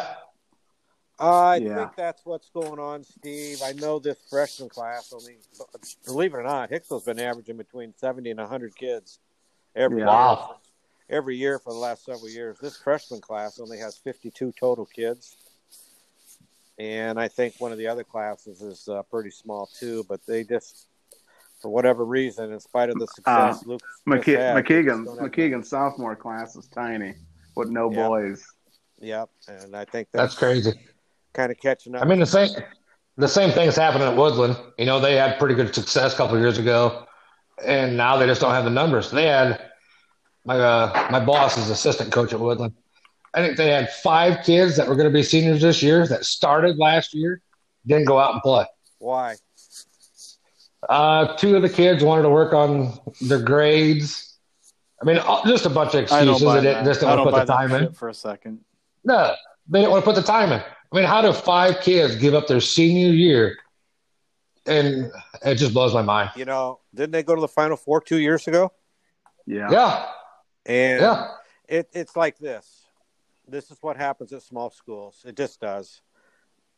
E: I
D: Yeah.
E: think that's what's going on, Steve. I know this freshman class only, believe it or not, Hicksville's been averaging between 70 and 100 kids every
D: Yeah.
E: year,
G: Wow.
E: every year for the last several years. This freshman class only has 52 total kids. And I think one of the other classes is uh, pretty small too, but they just, for whatever reason, in spite
G: Uh,
E: of the success, Luke
D: McKe-
E: just had, they just
D: McKeegan's
E: don't have-
D: McKeegan's sophomore class is tiny with no
E: Yeah.
D: boys.
E: Yep, and I think
G: That's crazy.
E: kind of catching up.
G: I mean, the same the same thing's happening at Woodland. You know, they had pretty good success a couple of years ago, and now they just don't have the numbers. They had my uh, my boss is assistant coach at Woodland. I think they had five kids that were going to be seniors this year that started last year, didn't go out and play.
E: why?
G: Uh, two of the kids wanted to work on their grades. I mean, all- just a bunch of
C: I don't
G: excuses.
C: buy
G: They didn't,
C: that.
G: just
C: I
G: didn't
C: don't
G: want to
C: buy
G: put the
C: that
G: time in.
C: shit for a second.
G: No, they didn't want to put the time in. I mean, how do five kids give up their senior year? And it just blows my mind.
E: You know, didn't they go to the Final Four two years ago?
D: Yeah.
G: Yeah,
E: And
G: yeah.
E: it, it's like this. This is what happens at small schools. It just does.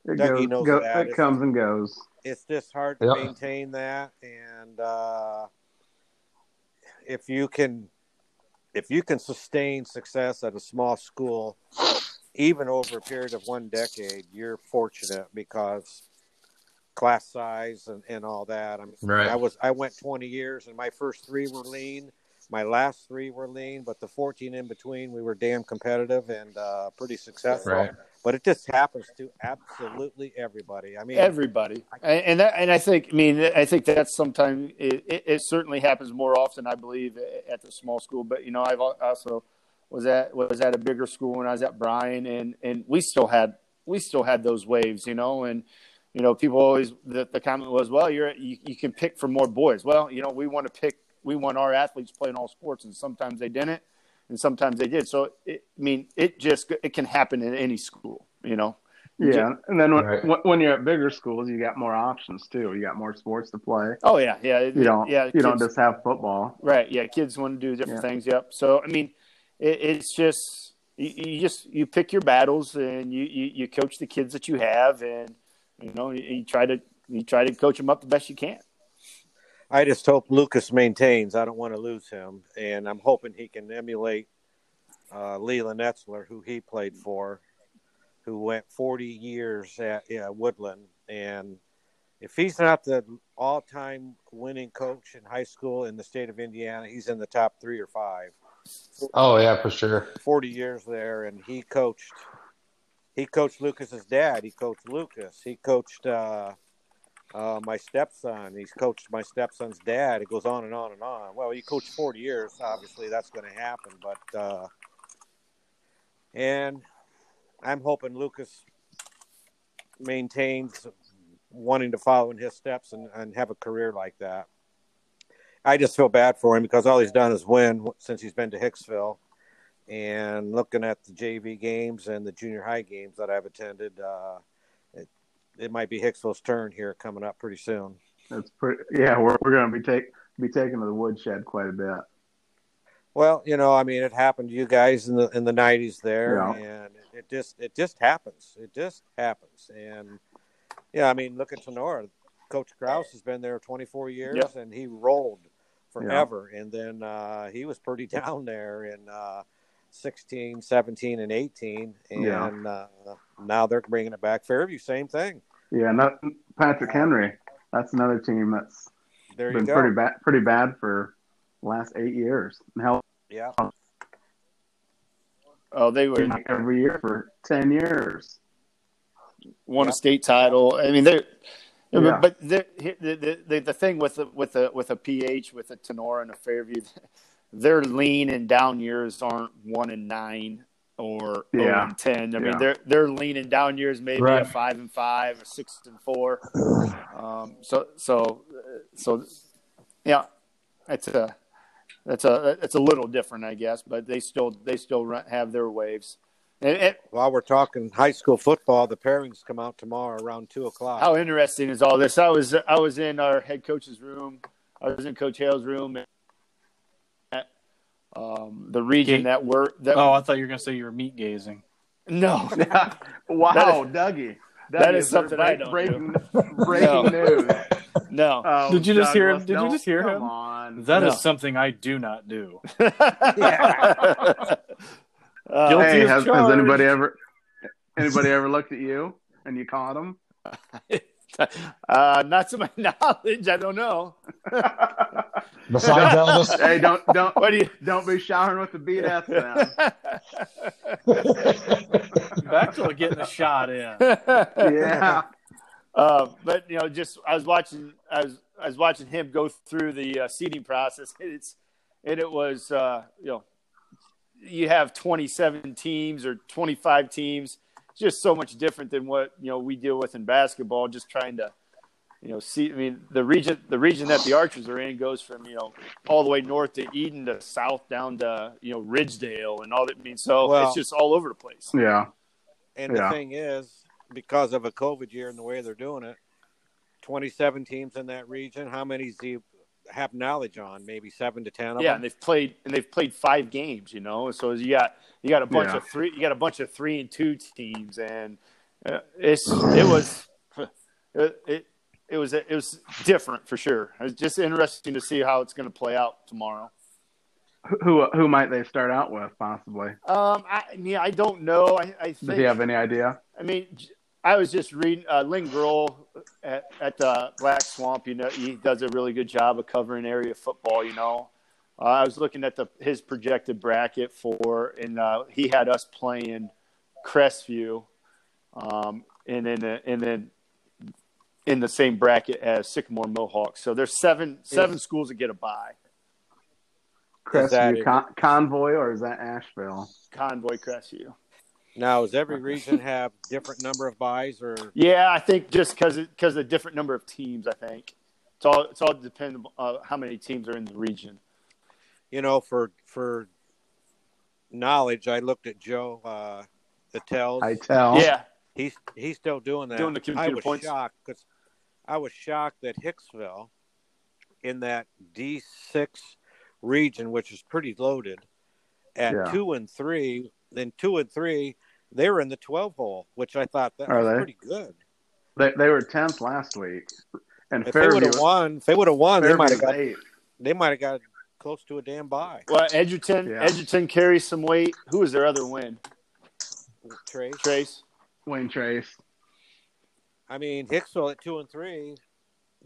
D: It,
E: Dougie
D: goes,
E: knows
D: go,
E: that.
D: it comes and goes.
E: It's just hard to
G: Yep.
E: maintain that, and uh, if you can if you can sustain success at a small school even over a period of one decade you're fortunate because class size and, and all that i mean
G: Right.
E: i was i went 20 years and my first three were lean my last three were lean but the 14 in between we were damn competitive and uh, pretty successful
G: Right.
E: but it just happens to absolutely everybody i mean
F: everybody and and that, and i think i mean i think that's sometimes it, it, it certainly happens more often i believe at the small school but you know i've al- also was at was at a bigger school when i was at bryan and and we still had we still had those waves you know and you know people always the, the comment was well you're you, you can pick for more boys well you know we want to pick we want our athletes playing all sports and sometimes they didn't and sometimes they did so it, i mean it just it can happen in any school you know
D: Yeah, and then when,
G: Right.
D: when- when you're at bigger schools, you got more options too. You got more sports to play.
F: oh yeah yeah
D: You don't.
F: yeah
D: you don't
F: kids-
D: just have football.
F: Right. Yeah. Kids want to do different things. Yep. So, I mean, it, it's just, you, you just, you pick your battles and you, you, you coach the kids that you have and, you know, you, you try to, you try to coach them up the best you can.
E: I just hope Lucas maintains. I don't want to lose him, and I'm hoping he can emulate uh, Leland Etzler, who he played for, who went 40 years at yeah, Woodland. And if he's not the all-time winning coach in high school in the state of Indiana, he's in the top three or five.
G: Oh yeah, for sure.
E: 40 years there, and he coached. He coached Lucas's dad. He coached Lucas. He coached uh, uh, my stepson. He's coached my stepson's dad. It goes on and on and on. Well, he coached 40 years. Obviously, that's going to happen. But uh, and I'm hoping Lucas maintains wanting to follow in his steps and, and have a career like that. I just feel bad for him because all he's done is win since he's been to Hicksville. And looking at the JV games and the junior high games that I've attended, uh, it, it might be Hicksville's turn here coming up pretty soon.
D: That's pretty. Yeah, we're we're gonna be take be taken to the woodshed quite a bit.
E: Well, you know, I mean, it happened to you guys in the in the '90s there,
D: Yeah.
E: and it, it just it just happens. It just happens, and yeah, I mean, look at Sonora. Coach Kraus has been there 24 years,
F: Yeah.
E: and he rolled forever. And then uh, he was pretty down there in uh, 16, 17, and 18, and
D: Yeah.
E: uh, now they're bringing it back. Fairview, same thing.
D: Yeah, not Patrick Henry. That's another team that's
E: There you
D: been
E: go.
D: pretty bad, pretty bad for last eight years. And hell,
E: yeah,
F: Oh, they were
D: every year for ten years.
F: won a state title. I mean, they're,
D: Yeah.
F: but they're, here- the, the, the, the thing with the, with the, with a PH, with a Tenora and a Fairview, their lean and down years aren't one and nine or
D: Yeah.
F: oh and ten. I
D: Yeah.
F: mean, they're they're lean and down years maybe
G: Right.
F: a five and five or six and four. Um, so so uh, so yeah, that's a that's a that's a little different, I guess. But they still they still run, have their waves. And, and
E: while we're talking high school football, the pairings come out tomorrow around two o'clock.
F: how interesting is all this? I was I was in our head coach's room. I was in Coach Hale's room. At, um, the region
C: Gate-
F: that we're that
C: Oh, I thought you were gonna say you were meat gazing.
F: no
D: wow, Dougie.
F: that
D: Dougie,
F: is something
D: break-
F: I don't
D: breaking,
F: No.
D: breaking news.
F: no.
D: Oh,
C: Did you just hear him?
D: Douglas,
C: Did you
D: don't-
C: just hear
D: come
C: him?
D: on.
C: That is
F: No.
C: something I do not do.
F: Yeah. Uh,
C: Guilty
D: hey,
C: as
D: has, has
C: charged.
D: anybody ever anybody ever looked at you and you caught them?
F: uh, not to my knowledge. I don't know.
G: Besides Elvis.
D: hey, don't don't
F: What do you?
D: don't be showering with the beat at them.
C: Back to getting a shot in.
D: Yeah,
F: Uh, but you know, just I was watching, I was, I was watching him go through the uh, seeding process, and it's, and it was, uh, you know, you have 27 teams or 25 teams, It's just so much different than what you know we deal with in basketball. Just trying to, you know, see. I mean, the region, the region that the Archers are in goes from you know all the way north to Eden to south down to you know Ridgedale and all that. I mean, so
E: Well-
F: it's just all over the place.
D: yeah,
E: And
D: Yeah.
E: the thing is, because of a COVID year and the way they're doing it, 27 teams in that region. How many do you have knowledge on? Maybe seven to 10 of
F: Yeah, and
E: them.
F: they've played and they've played five games, you know. So you got you got a bunch
D: Yeah.
F: of three, you got a bunch of three and two teams, and uh, it's it was it, it it was it was different for sure. It's just interesting to see how it's going to play out tomorrow.
D: Who who might they start out with? Possibly.
F: Um, I, I mean, I don't know. I, I
D: Did
F: think.
D: you have any idea?
F: I mean, j- I was just reading uh, Lynn Grohl at, at the Black Swamp. You know, he does a really good job of covering area football. You know, uh, I was looking at the his projected bracket for, and uh, he had us playing Crestview, um, and then uh, and then in the same bracket as Sycamore Mohawk. So there's seven seven schools that get a bye.
D: Chris,
E: that
D: you
E: it?
D: con- convoy or is that Asheville?
F: Convoy Crestview.
E: Now, does every region have different number of buys, or
F: Yeah, I think just because because a different number of teams. I think it's all it's all dependent on uh, how many teams are in the region.
E: you know, for for knowledge, I looked at Joe uh, the tells.
D: I tell.
F: Yeah,
E: He's he's still doing that.
F: Doing the computer
E: I was
F: points.
E: shocked 'cause I was shocked that Hicksville, in that D six region, which is pretty loaded, at
D: Yeah.
E: two and three, then two and three, they were in the twelve hole, which I thought that
D: Are
E: was
D: they?
E: pretty good.
D: They, they were tenth last week, and
E: If they would
D: Fairview.
E: have won, if they would have won, they might
D: Fairview's
E: have got
D: eighth.
E: they might have got close to a damn buy.
F: well, Edgerton
D: Yeah.
F: Edgerton carries some weight. Who was their other win?
E: Trace.
F: Trace.
D: Wayne Trace.
E: I mean, Hicksville at two and three,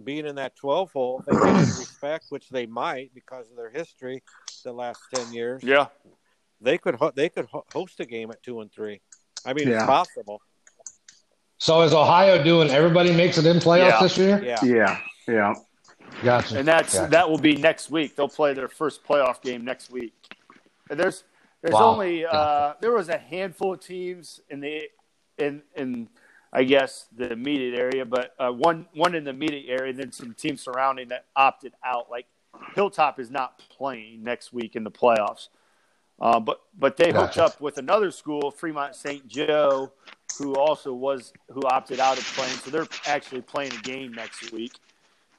E: being in that 12 hole, if they get any respect, which they might because of their history the last 10 years.
F: Yeah,
E: They could ho- they could ho- host a game at two and three. I mean, it's
D: Yeah.
E: possible.
G: So is Ohio doing everybody makes it in playoffs
F: Yeah.
G: this year?
E: Yeah.
D: Yeah, yeah.
G: Gotcha.
F: and that's
G: Gotcha.
F: that will be next week. They'll play their first playoff game next week. And there's there's
G: Wow.
F: only uh, there was a handful of teams in the in in I guess the immediate area, but uh, one one in the immediate area, and then some teams surrounding that opted out. Like Hilltop is not playing next week in the playoffs, uh, but but they hooked
G: Gotcha.
F: up with another school, Fremont St. Joe, who also was who opted out of playing, so they're actually playing a game next week.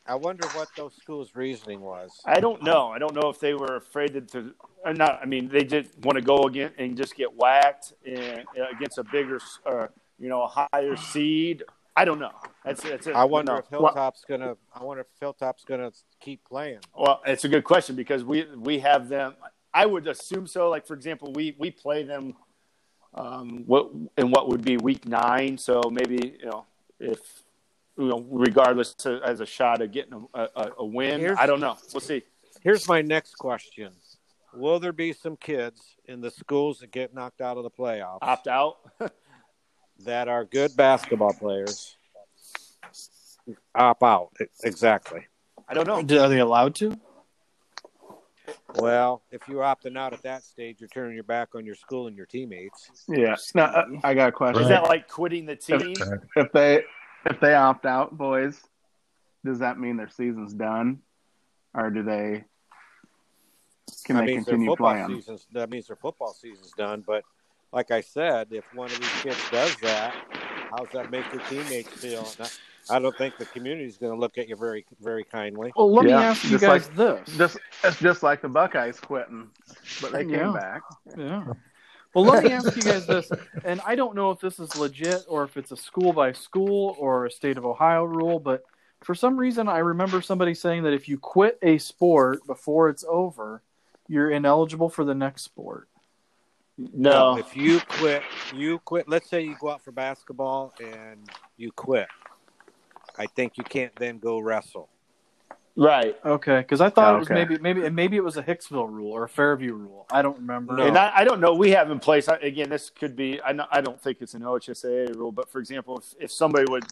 E: I wonder what those schools' reasoning was.
F: I don't know. I don't know if they were afraid that the, or not. I mean, they did want to go again and just get whacked and, uh, against a bigger, s- or you know, a higher seed. I don't know. That's that's it.
E: I wonder
F: No.
E: if Hilltop's gonna. I wonder if Hilltop's gonna keep playing.
F: Well, it's a good question because we we have them. I would assume so. Like for example, we we play them. Um, what in what would be week nine? So maybe you know if you know regardless to, as a shot of getting a, a, a win.
E: Here's-
F: I don't know. We'll see.
E: Here's my next question: Will there be some kids in the schools that get knocked out of the playoffs
F: Opt out.
E: that are good basketball players? Op out e-, exactly.
F: I don't know.
C: Are they allowed to?
E: Well, if you're opting out at that stage, you're turning your back on your school and your teammates.
D: Yeah. No, uh, I got a question.
F: Is that like quitting the team?
D: if they if they opt out, boys, does that mean their season's done, or do they can
E: That
D: they
E: means their
D: continue
E: football
D: playing?
E: seasons. That means their football season's done. But like I said, if one of these kids does that, how's that make your teammates feel? And I I don't think the community's going to look at you very, very kindly.
C: Well, let
D: Yeah,
C: me ask you
D: just
C: guys
D: like-
C: this.
D: Just it's just like the Buckeyes quitting, but they came
C: Yeah.
D: back.
C: Yeah. Well, let me ask you guys this, and I don't know if this is legit or if it's a school by school or a state of Ohio rule, but for some reason I remember somebody saying that if you quit a sport before it's over, you're ineligible for the next sport.
F: No.
E: If you quit, you quit. Let's say you go out for basketball and you quit. I think you can't then go wrestle.
F: Right.
C: Okay, because I thought it was
D: Okay.
C: maybe maybe and maybe it was a Hicksville rule or a Fairview rule. I don't remember.
E: No.
F: And I, I don't know. We have in place, I, again, this could be, I, know, I don't think it's an OHSAA rule, but for example, if, if somebody would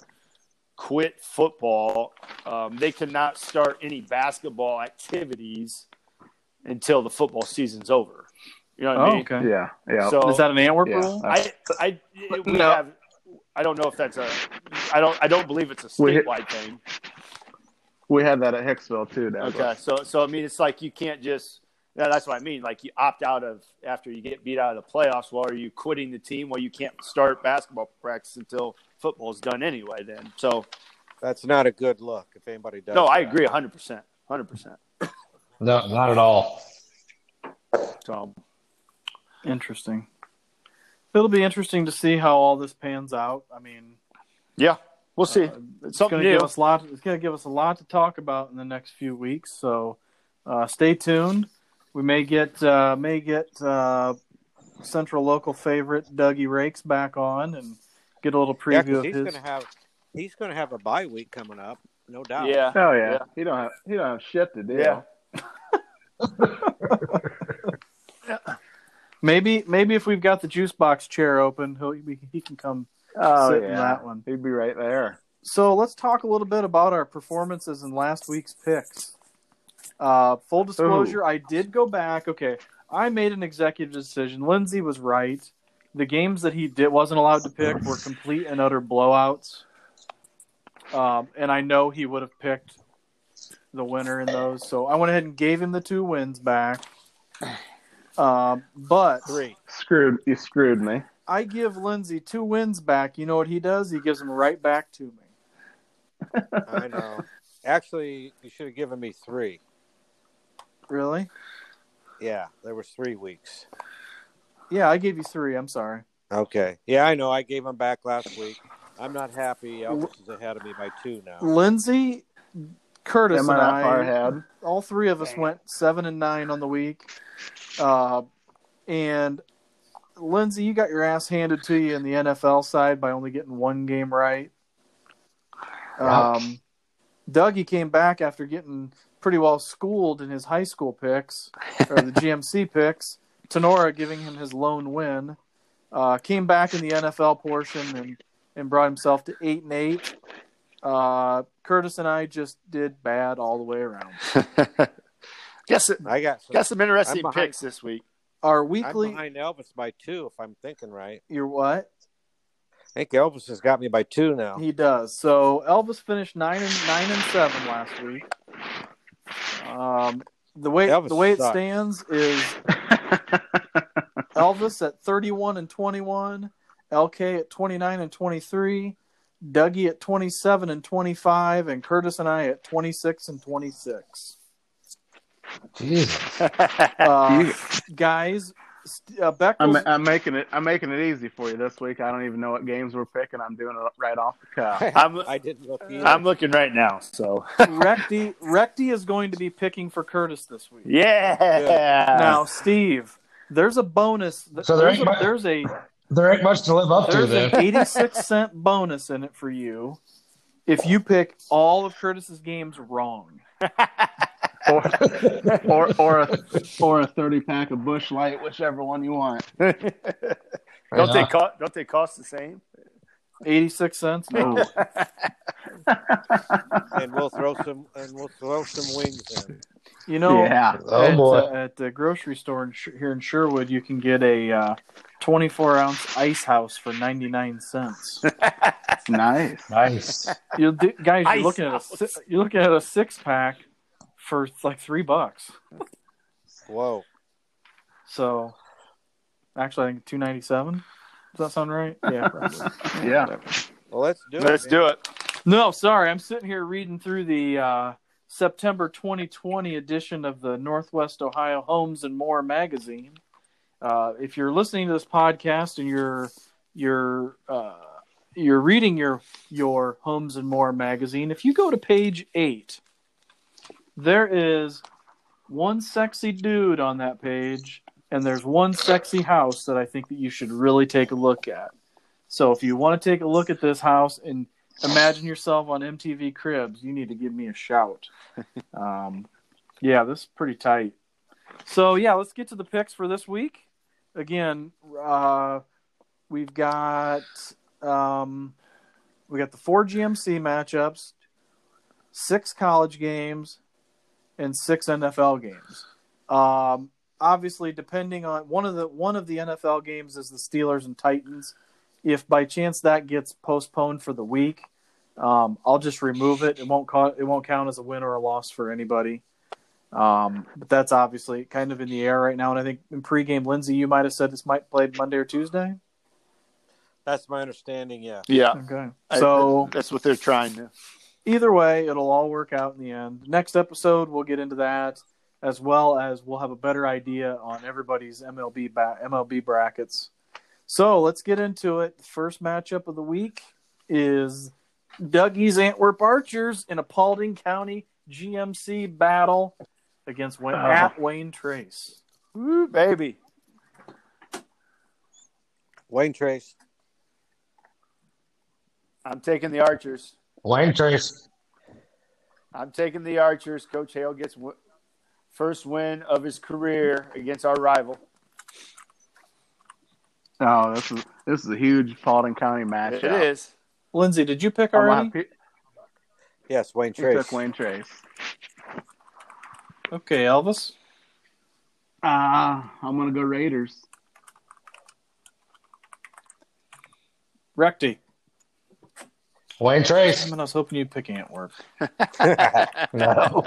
F: quit football, um, they cannot start any basketball activities until the football season's over. You know what I
C: Oh,
F: mean?
C: okay.
D: Yeah, yeah.
F: So
C: Is that an Antwerp
D: Yeah.
C: rule?
F: I, I, we
D: No.
F: have, I don't know if that's a, I don't, I don't believe it's a
D: We hit-
F: statewide thing.
D: we had that at Hicksville too. Douglas.
F: Okay, so so I mean, it's like you can't just. Yeah, that's what I mean. Like you opt out of after you get beat out of the playoffs. Well, are you quitting the team? Well, you can't start basketball practice until football's done anyway. Then, so
E: That's not a good look if anybody does.
F: no, I
E: that.
F: agree, hundred percent, hundred percent.
G: No, not at all.
F: So
C: Interesting. It'll be interesting to see how all this pans out. I mean,
F: yeah, we'll see.
C: Uh,
F: it's
C: it's
F: something
C: going to
F: new.
C: give us lot. It's going to give us a lot to talk about in the next few weeks. So uh, stay tuned. We may get uh, may get uh, central local favorite Dougie Rakes back on and get a little
E: Yeah,
C: preview
E: 'cause
C: of
E: he's
C: his.
E: gonna have he's gonna have a bye week coming up, no doubt.
F: Yeah.
D: Hell Oh, yeah. He don't have he don't have shit to do.
F: Yeah.
C: Maybe maybe if we've got the juice box chair open, he'll he, he can come
D: Oh
C: sit in
D: yeah.
C: that one.
D: He'd be right there.
C: So let's talk a little bit about our performances in last week's picks. Uh, full disclosure, I did go back. Okay, I made an executive decision. Lindsay was right. The games that he did wasn't allowed to pick were complete and utter blowouts. Um, and I know he would have picked the winner in those, so I went ahead and gave him the two wins back. Um, but
E: Three.
D: Screwed you screwed me.
C: I give Lindsay two wins back. You know what he does? He gives them right back to me.
E: I know. Actually, you should have given me three.
C: Really?
E: Yeah, there was three weeks.
C: Yeah, I gave you three. I'm sorry.
E: Okay. Yeah, I know. I gave him back last week. I'm not happy. Elvis is ahead of me by two now.
C: Lindsay, Curtis,
D: Am I
C: and
D: not
C: I,
D: far ahead?
C: all three of us went seven and nine on the week. Uh, and Lindsay, you got your ass handed to you in the NFL side by only getting one game right. Um, Dougie came back after getting pretty well schooled in his high school picks or the GMC picks. Tenora giving him his lone win. Uh, came back in the NFL portion and, and brought himself to eight and eight. Uh, Curtis and I just did bad all the way around.
F: Guess
E: I got some,
F: got some interesting
E: I'm behind.
F: picks this week.
C: Our
E: I'm
C: weekly,
E: behind Elvis by two, if I'm thinking right.
C: your what?
E: I think Elvis has got me by two now.
C: He does. So Elvis finished nine and nine and seven last week. Um, the way
E: Elvis
C: the way it
E: sucks.
C: stands is Elvis at thirty one and twenty one, LK at twenty nine and twenty three, Dougie at twenty seven and twenty five, and Curtis and I at twenty six and twenty six.
G: Jesus.
C: Uh, guys, st- uh, Beck
D: I'm,
C: was-
D: I'm making it. I'm making it easy for you this week. I don't even know what games we're picking. I'm doing it right off the cuff.
F: I'm
E: I didn't look either.
F: I'm looking right now. So
C: Recti Recti is going to be picking for Curtis this week.
F: yeah.
C: Now, Steve, there's a bonus.
G: So there
C: there's,
G: ain't
C: a,
G: mu-
C: there's a
G: There ain't much to live up to
C: there's
G: then.
C: an 86 cent bonus in it for you if you pick all of Curtis's games wrong.
D: or, or or a or a thirty pack of Bush Light, whichever one you want.
G: Right
F: Don't they
G: on.
F: cost? Don't they cost the same?
C: 86 cents? No.
E: and we'll throw some and we'll throw some wings in.
C: You know,
D: yeah,
G: Oh,
C: at,
G: boy.
C: uh, at the grocery store in, Sh- here in Sherwood, you can get a uh, 24 ounce ice house for 99 cents.
D: nice.
G: Nice.
C: You d- guys, you're
F: Ice
C: looking at a
F: house.
C: si- you're looking at a six pack for like three bucks.
E: Whoa.
C: So, actually, I think 297. Does that sound right? Yeah. probably.
D: Yeah.
E: Well, let's do it.
F: Let's
E: man.
F: do it.
C: No, sorry. I'm sitting here reading through the uh, September 2020 edition of the Northwest Ohio Homes and More magazine. Uh, if you're listening to this podcast and you're you're uh, you're reading your your Homes and More magazine, if you go to page eight, there is one sexy dude on that page, and there's one sexy house that I think that you should really take a look at. So if you want to take a look at this house and imagine yourself on MTV Cribs, you need to give me a shout. um, yeah, this is pretty tight. So yeah, let's get to the picks for this week. Again, uh, we've got um, we got the four GMC matchups, six college games, and six NFL games. Um, obviously, depending on one of the one of the NFL games is the Steelers and Titans. If by chance that gets postponed for the week, um, I'll just remove it. It won't call, it won't count as a win or a loss for anybody. Um, but that's obviously kind of in the air right now. And I think in pregame, Lindsay, you might have said this might play Monday or Tuesday.
E: That's my understanding. Yeah.
F: Yeah.
C: Okay.
F: I-
C: So
F: that's what they're trying to.
C: either way, it'll all work out in the end. Next episode, we'll get into that, as well as we'll have a better idea on everybody's MLB ba- MLB brackets. So let's get into it. The first matchup of the week is Dougie's Antwerp Archers in a Paulding County GMC battle against Wayne,
D: Oh.
C: at Wayne Trace.
F: Woo, baby.
E: Wayne Trace.
F: I'm taking the Archers.
G: Wayne Trace.
F: I'm taking the Archers. Coach Hale gets w- first win of his career against our rival.
D: Oh, this is this is a huge Paulding County
F: It
D: matchup.
F: is.
C: Lindsay, did you pick
D: I'm
C: already?
D: not pe-
E: Yes, Wayne
D: he
E: Trace.
D: took Wayne Trace.
C: Okay, Elvis.
D: Ah, I'm gonna go Raiders.
C: Recty.
G: Wayne Trace.
C: Damn it, I was hoping you'd pick Antwerp.
G: No,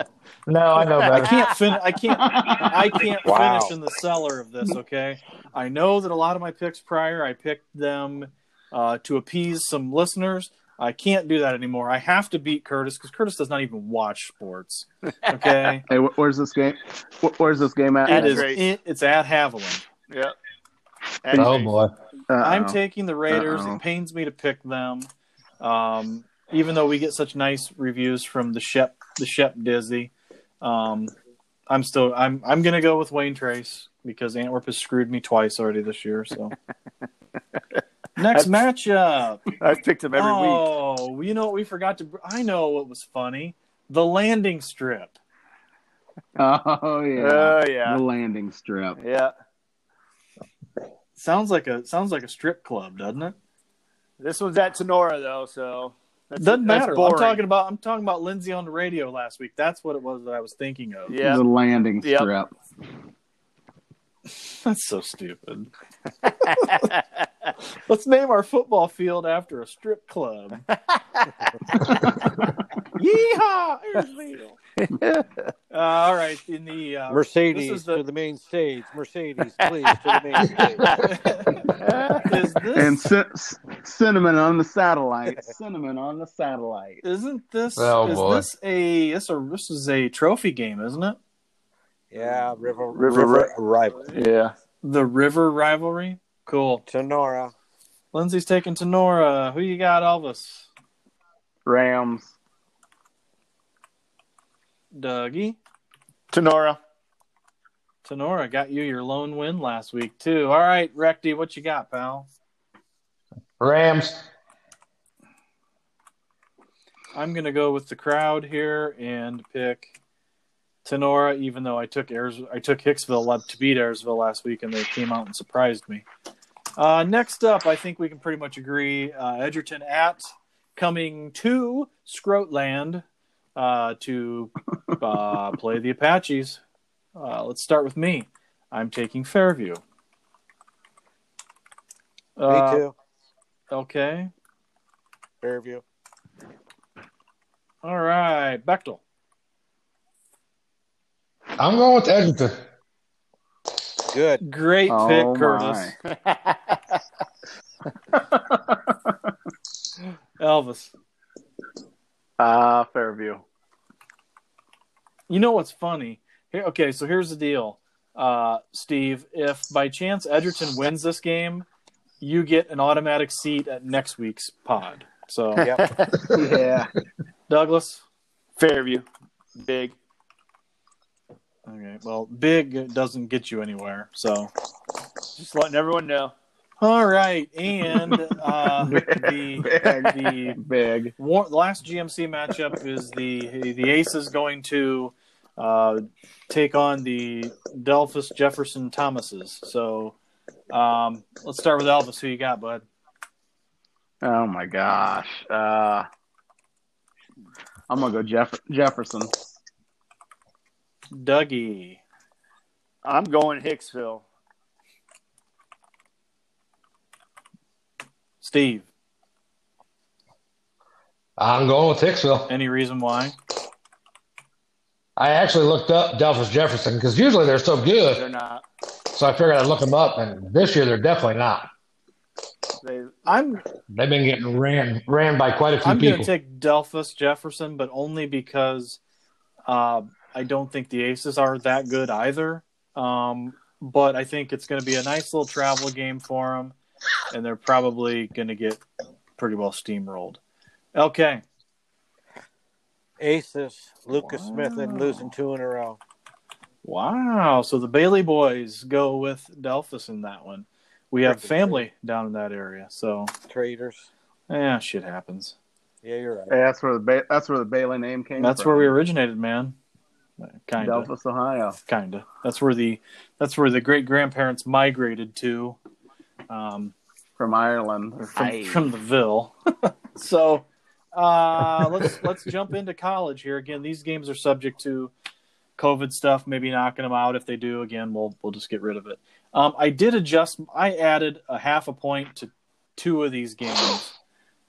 G: no, I know
C: I
G: better.
C: can't fin- I can't I can't
E: Wow.
C: finish in the cellar of this, okay? I know that a lot of my picks prior, I picked them uh, to appease some listeners. I can't do that anymore. I have to beat Curtis because Curtis does not even watch sports. Okay,
D: Hey, wh- where's this game? Wh- Where's this game at?
C: it
F: At
C: is.
F: Race.
C: It, it's at Haviland.
F: Yep.
G: Oh boy,
D: Uh-oh.
C: I'm taking the Raiders.
D: Uh-oh.
C: It pains me to pick them, um, even though we get such nice reviews from the Shep, the Shep Dizzy. Um, I'm still. I'm. I'm gonna go with Wayne Trace because Antwerp has screwed me twice already this year. So next matchup.
F: I've picked him every week.
C: oh, you know what we forgot to. br- I know what was funny. The landing strip.
D: Oh yeah.
F: Oh,
D: The
F: yeah.
D: landing strip.
F: Yeah.
C: Sounds like a sounds like a strip club, doesn't it?
F: This one's at Tenora, though, so. that's-
C: Doesn't
F: that's
C: matter. I'm
F: boring.
C: talking about I'm talking about Lindsay on the radio last week. That's what it was that I was thinking of.
F: Yeah.
D: The landing
F: Yep.
D: strip.
C: That's so stupid. Let's name our football field after a strip club. Yeehaw! Ayersville. Uh, all right, in the uh, This
E: Mercedes
C: is the-
E: to the main stage. Mercedes, please to the main stage.
C: is this
D: And c- cinnamon on the satellite. cinnamon on the satellite.
C: isn't this
G: Oh,
C: is
G: boy.
C: this a this a this is a trophy game, isn't it?
E: Yeah, River
F: River-
E: River, Rival.
F: yeah.
C: The river rivalry. Cool.
E: Tenora.
C: Lindsay's taking Tenora. Who you got, Elvis?
D: Rams.
C: Dougie.
F: Tenora.
C: Tenora got you your lone win last week too. All right, Recty, what you got, pal?
G: Rams.
C: I'm gonna go with the crowd here and pick Tenora, even though I took Ayers, I took Hicksville up to beat Ayersville last week, and they came out and surprised me. Uh, next up, I think we can pretty much agree: uh, Edgerton at coming to Scrotland uh, to uh, play the Apaches. Uh, let's start with me. I'm taking Fairview. Uh,
E: Me too.
C: Okay.
E: Fairview.
C: All right, Bechtel.
G: I'm going with Edmonton.
E: Good.
C: Great
D: Oh,
C: pick,
D: my.
C: Curtis. Elvis.
D: Ah, Fairview.
C: You know what's funny? Here, okay, so here's the deal, uh, Steve. If by chance Edgerton wins this game, you get an automatic seat at next week's pod. So,
E: Yep.
D: Yeah.
C: Douglas.
F: Fairview. Big.
C: Okay, well, big doesn't get you anywhere. So,
F: Just letting everyone know.
C: all right, and uh, the the
D: Big.
C: War- the last GMC matchup is the the Aces going to uh, take on the Delphus Jefferson Thomases. So um, let's start with Elvis. Who you got, bud?
D: Oh my gosh. Uh, I'm gonna go Jeff- Jefferson.
C: Dougie.
F: I'm going Hicksville.
C: Steve.
G: I'm going with Hicksville.
C: Any reason why?
G: I actually looked up Delphus Jefferson because usually they're so
F: They're
G: good,
F: not.
G: so I figured I'd look them up. And this year they're definitely not.
F: They,
C: I'm
G: They've been getting ran ran by quite a few
C: I'm going to
G: people.
C: take Delphus Jefferson, but only because uh, I don't think the Aces are that good either. Um, but I think it's going to be a nice little travel game for them, and they're probably going to get pretty well steamrolled. Okay,
E: Aces. Lucas Smith and losing two in a row.
C: Wow. So the Bailey boys go with Delphus in that one. We have family down in that area. So,
E: Traders.
C: yeah, shit happens.
E: Yeah, you're right.
D: Hey, that's where the ba- that's where the Bailey name came.
C: That's
D: from.
C: where we originated, man. Kind of.
D: Delphus, Ohio.
C: kind of that's where the that's where the great grandparents migrated to um
D: from Ireland.
C: from, from the ville so uh let's let's jump into college here again these games are subject to covid stuff maybe knocking them out if they do again we'll we'll just get rid of it um i did adjust i added a half a point to two of these games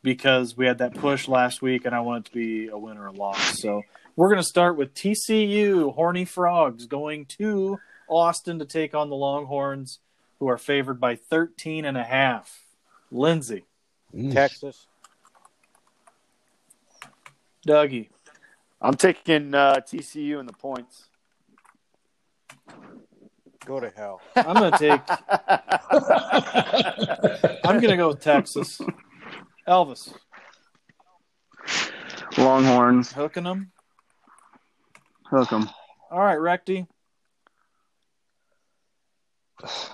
C: because we had that push last week and i want it to be a win or a loss so we're going to start with TCU Horny Frogs going to Austin to take on the Longhorns, who are favored by 13 and a half. Lindsay,
E: Texas.
C: Dougie,
F: I'm taking uh, TCU and the points.
E: Go to hell.
C: I'm going to take. I'm going to go with Texas. Elvis,
D: Longhorns.
C: hooking them.
D: Hook 'em.
C: All right, Recty.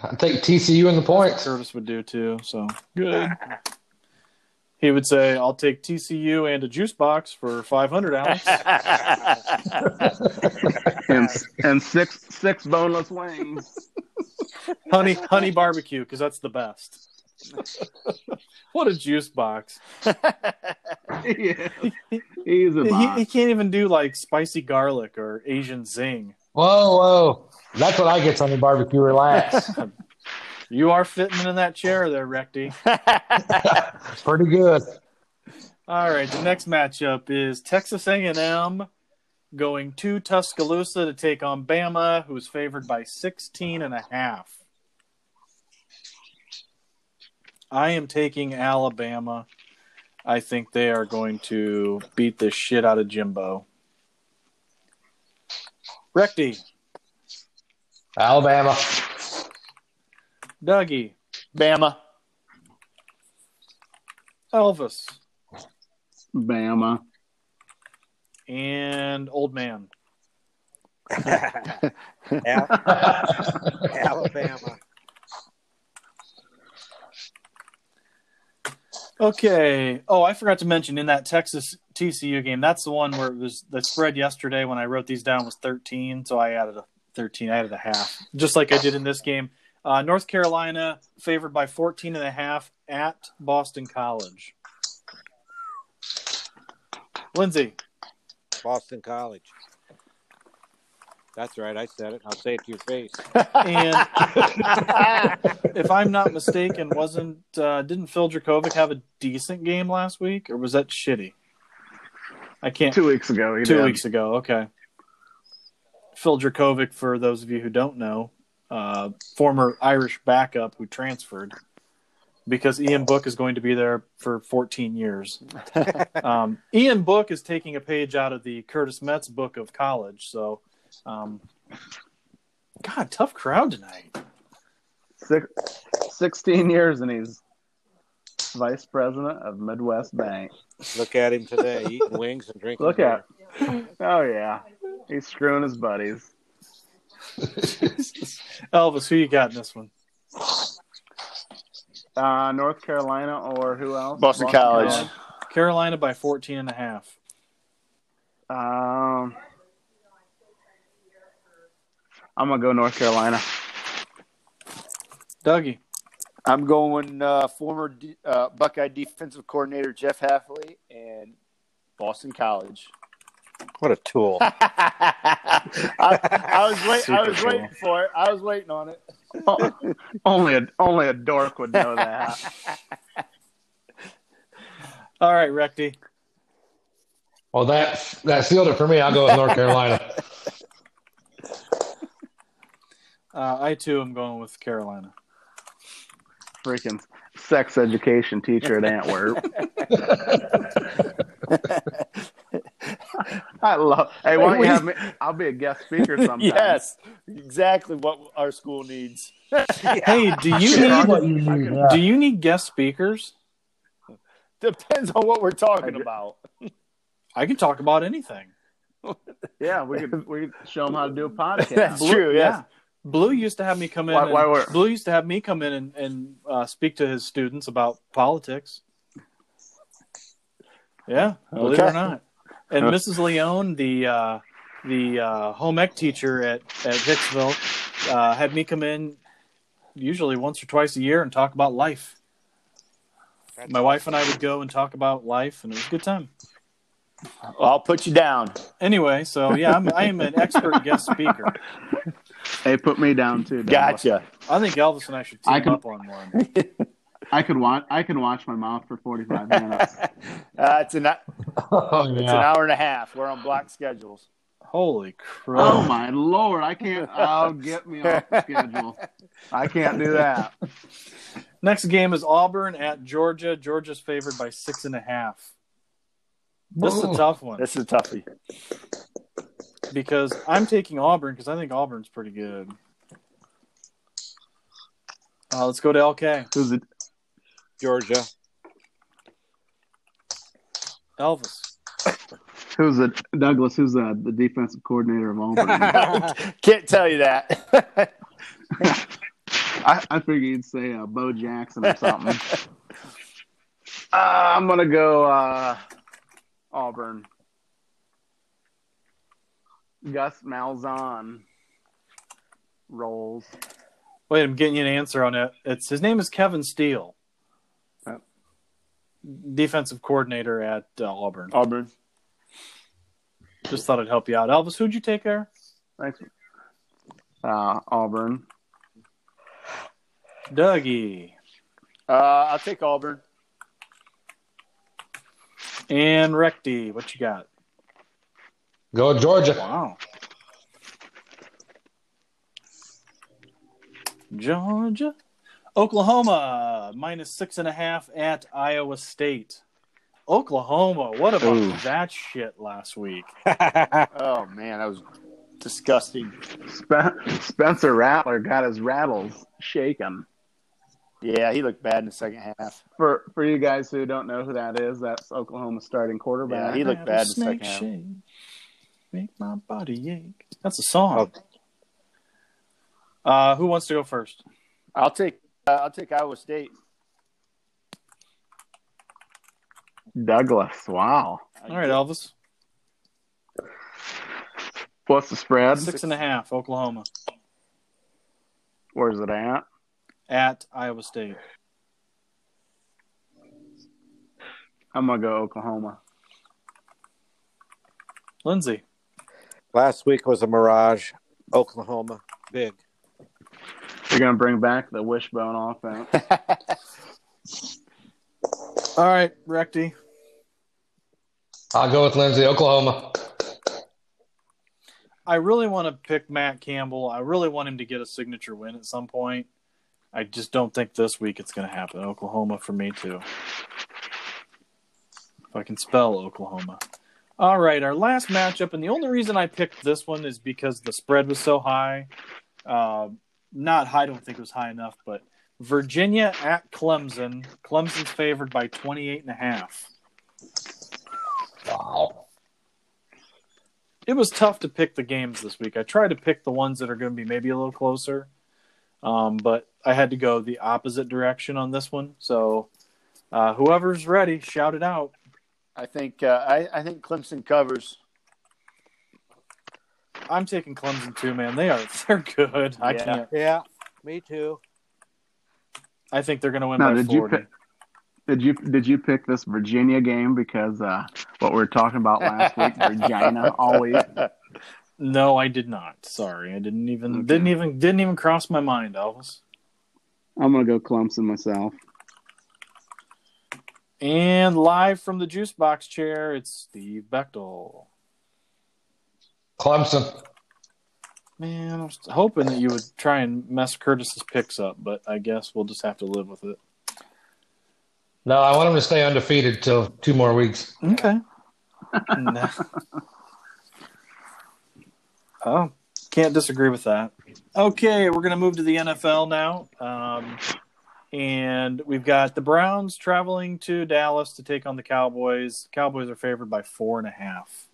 G: I take TCU and the points.
C: Curtis would do too. So good. He would say, "I'll take TCU and a juice box for 500 ounce."
D: And, and six six boneless wings.
C: honey honey barbecue because that's the best what a juice box
D: yeah. He's
C: he, he
D: a boss.
C: can't even do like spicy garlic or asian zing
G: Whoa, whoa. That's what I get on the barbecue. Relax.
C: you are fitting in that chair there recty
G: Pretty good.
C: all right the next matchup is texas a&m going to tuscaloosa to take on bama who's favored by 16 and a half i am taking alabama i think they are going to beat the shit out of jimbo recty
G: Alabama.
C: dougie
F: Bama.
C: elvis
D: Bama.
C: and old man
E: Al- Alabama.
C: Okay. Oh, I forgot to mention in that Texas TCU game, that's the one where it was the spread yesterday when I wrote these down was 13, so I added a 13, I added a half, just like I did in this game. Uh, North Carolina favored by 14 and a half at Boston College. Lindsay,
E: Boston College. That's right. I said it. I'll say it to your face.
C: and if I'm not mistaken, wasn't uh, didn't Phil Dracovic have a decent game last week, or was that shitty? I can't
D: Two weeks ago. He
C: two
D: did.
C: weeks ago. Okay. Phil Dracovic, for those of you who don't know, uh, former Irish backup who transferred because Ian Book is going to be there for 14 years. um, Ian Book is taking a page out of the Curtis Metz book of college. So, um, God, tough crowd tonight.
D: Six, 16 years and he's vice president of Midwest Bank.
E: Look at him today, eating wings and drinking.
D: Look
E: beer.
D: at. Oh yeah. He's screwing his buddies.
C: Elvis, who you got in this one?
D: Uh, North Carolina or who else?
F: Boston College.
C: Uh, Carolina by 14 and a half.
D: Um, I'm gonna go North Carolina.
C: Dougie,
F: I'm going uh, former D- uh, Buckeye defensive coordinator Jeff Halfley and Boston College.
E: What a tool.
F: I, I was wait, I
C: Super
F: was
C: cool.
F: waiting for it. I was waiting on it.
D: Oh, only a only a dork would know that.
C: All right, Recty.
G: Well, that, that sealed it for me. I'll go with North Carolina.
C: Uh, I too am going with Carolina.
D: Freaking sex education teacher at Antwerp. I love. Hey, why don't you have me? I'll be a guest speaker sometime.
F: Yes, exactly what our school needs.
C: Hey, do you
G: That's
C: need
G: what you need. yeah.
C: do you need guest speakers?
F: Depends on what we're talking
D: I-
F: about.
C: I can talk about anything.
D: Yeah, we could we could show them how to do a
F: That's
D: podcast.
F: true. Yes.
C: Blue used to have me come in.
F: Why-
C: and-
F: why were-
C: Blue used to have me come in and, and uh, speak to his students about politics. Yeah, believe it or
F: Okay.
C: not. And Mrs. Leone, the uh, the uh, home ec teacher at at Hicksville, uh, had me come in usually once or twice a year and talk about life. My wife and I would go and talk about life, and it was a good time.
F: I'll put you down.
C: Anyway, so yeah, I'm, I am an expert guest speaker.
D: Hey, put me down too. Douglas.
F: Gotcha.
C: I think Elvis and I should
D: I
C: team
D: can-
C: up on one.
D: I could watch. I can watch my mouth for forty five minutes.
F: Uh, it's an it's
G: Oh,
F: an
G: yeah.
F: hour and a half. We're on block schedules.
C: Holy crap!
D: oh my lord! I can't. I'll get me off the schedule. I can't do that.
C: Next game is Auburn at Georgia. Georgia's favored by six and a half. This is a
G: Ooh.
C: tough one
F: This is a toughie.
C: because I'm taking Auburn because I think Auburn's pretty good. Uh, let's go to LK.
D: Who's it?
E: Georgia.
C: Elvis.
D: Who's it? Douglas? Who's the, the defensive coordinator of Auburn?
F: Can't tell you that.
D: I, I figured you'd say uh, Bo Jackson or something. uh, I'm gonna go uh, Auburn. Gus Malzahn rolls.
C: Wait, I'm getting you an answer on it. It's his name is Kevin Steele,
D: Oh.
C: defensive coordinator at uh, Auburn.
F: Auburn.
C: Just thought I'd help you out. Elvis, who'd you take there?
D: Thanks. Uh, Auburn.
C: Dougie
F: Uh, I'll take Auburn.
C: and Recty. What you got?
G: Go Georgia.
C: Wow. Georgia. Oklahoma minus six and a half at Iowa State. Oklahoma, what about
F: Ooh.
C: that shit last week?
F: Oh man, that was disgusting.
D: Spen- Spencer Rattler got his rattles shaken.
F: Yeah, he looked bad in the second half.
D: For for you guys who don't know who that is, that's Oklahoma's starting quarterback.
F: Yeah, he looked bad in the second
C: Snake
F: half.
C: shake, make my body ache. That's a song.
F: Oh.
C: Uh, who wants to go first?
F: I'll take uh, I'll take Iowa State.
D: Douglas. Wow.
C: All right, Elvis.
D: What's the spread?
C: Six and a half, Oklahoma
D: Where's it at?
C: at Iowa State.
D: I'm gonna go Oklahoma.
C: Lindsay.
E: Last week was a mirage. Oklahoma, big.
D: They're gonna bring back the wishbone offense.
C: All right, Recty.
G: I'll go with Lindsay, Oklahoma.
C: I really want to pick Matt Campbell. I really want him to get a signature win at some point. I just don't think this week it's going to happen. Oklahoma for me too. If I can spell Oklahoma. All right, our last matchup, and the only reason I picked this one is because the spread was so high. Uh, not high, I don't think it was high enough, but Virginia at Clemson. Clemson's favored by 28 and a half.
G: Wow.
C: it was tough to pick the games this week. I tried to pick the ones that are going to be maybe a little closer, um, but I had to go the opposite direction on this one. So uh, whoever's ready, shout it out.
F: I think uh, I, I think Clemson covers.
C: I'm taking Clemson too, man. They are they're good. I
F: Yeah.
C: can't.
E: Yeah, me too.
C: I think they're going to win
D: Now,
C: by
D: did you
C: 40.
D: pick- Did you did you pick this Virginia game because uh, what we were talking about last week, Virginia always
C: No, I did not. Sorry, I didn't even
D: Okay.
C: didn't even didn't even cross my mind, Elvis.
D: I'm gonna go Clemson myself.
C: And live from the juice box chair, it's Steve Bechtel.
G: Clemson.
C: Man, I was hoping that you would try and mess Curtis's picks up, but I guess we'll just have to live with it.
G: No, I want them to stay undefeated till two more weeks.
C: Okay. No. Oh, can't disagree with that. Okay, we're going to move to the NFL now. Um, and we've got the Browns traveling to Dallas to take on the Cowboys. Cowboys are favored by four and a half.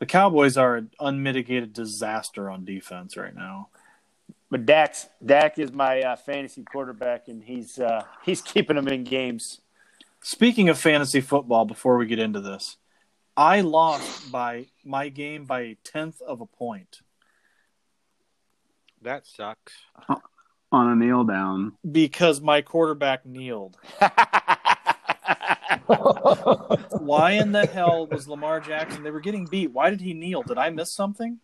C: The Cowboys are an unmitigated disaster on defense right now.
F: But Dak's Dak is my uh, fantasy quarterback, and he's uh, he's keeping them in games.
C: Speaking of fantasy football, before we get into this, I lost by my game by a tenth of a point
E: That sucks.
D: on a kneel down.
C: because my quarterback kneeled.
G: I
C: Why in the hell was Lamar Jackson? They were getting beat. Why did he kneel? Did I miss something?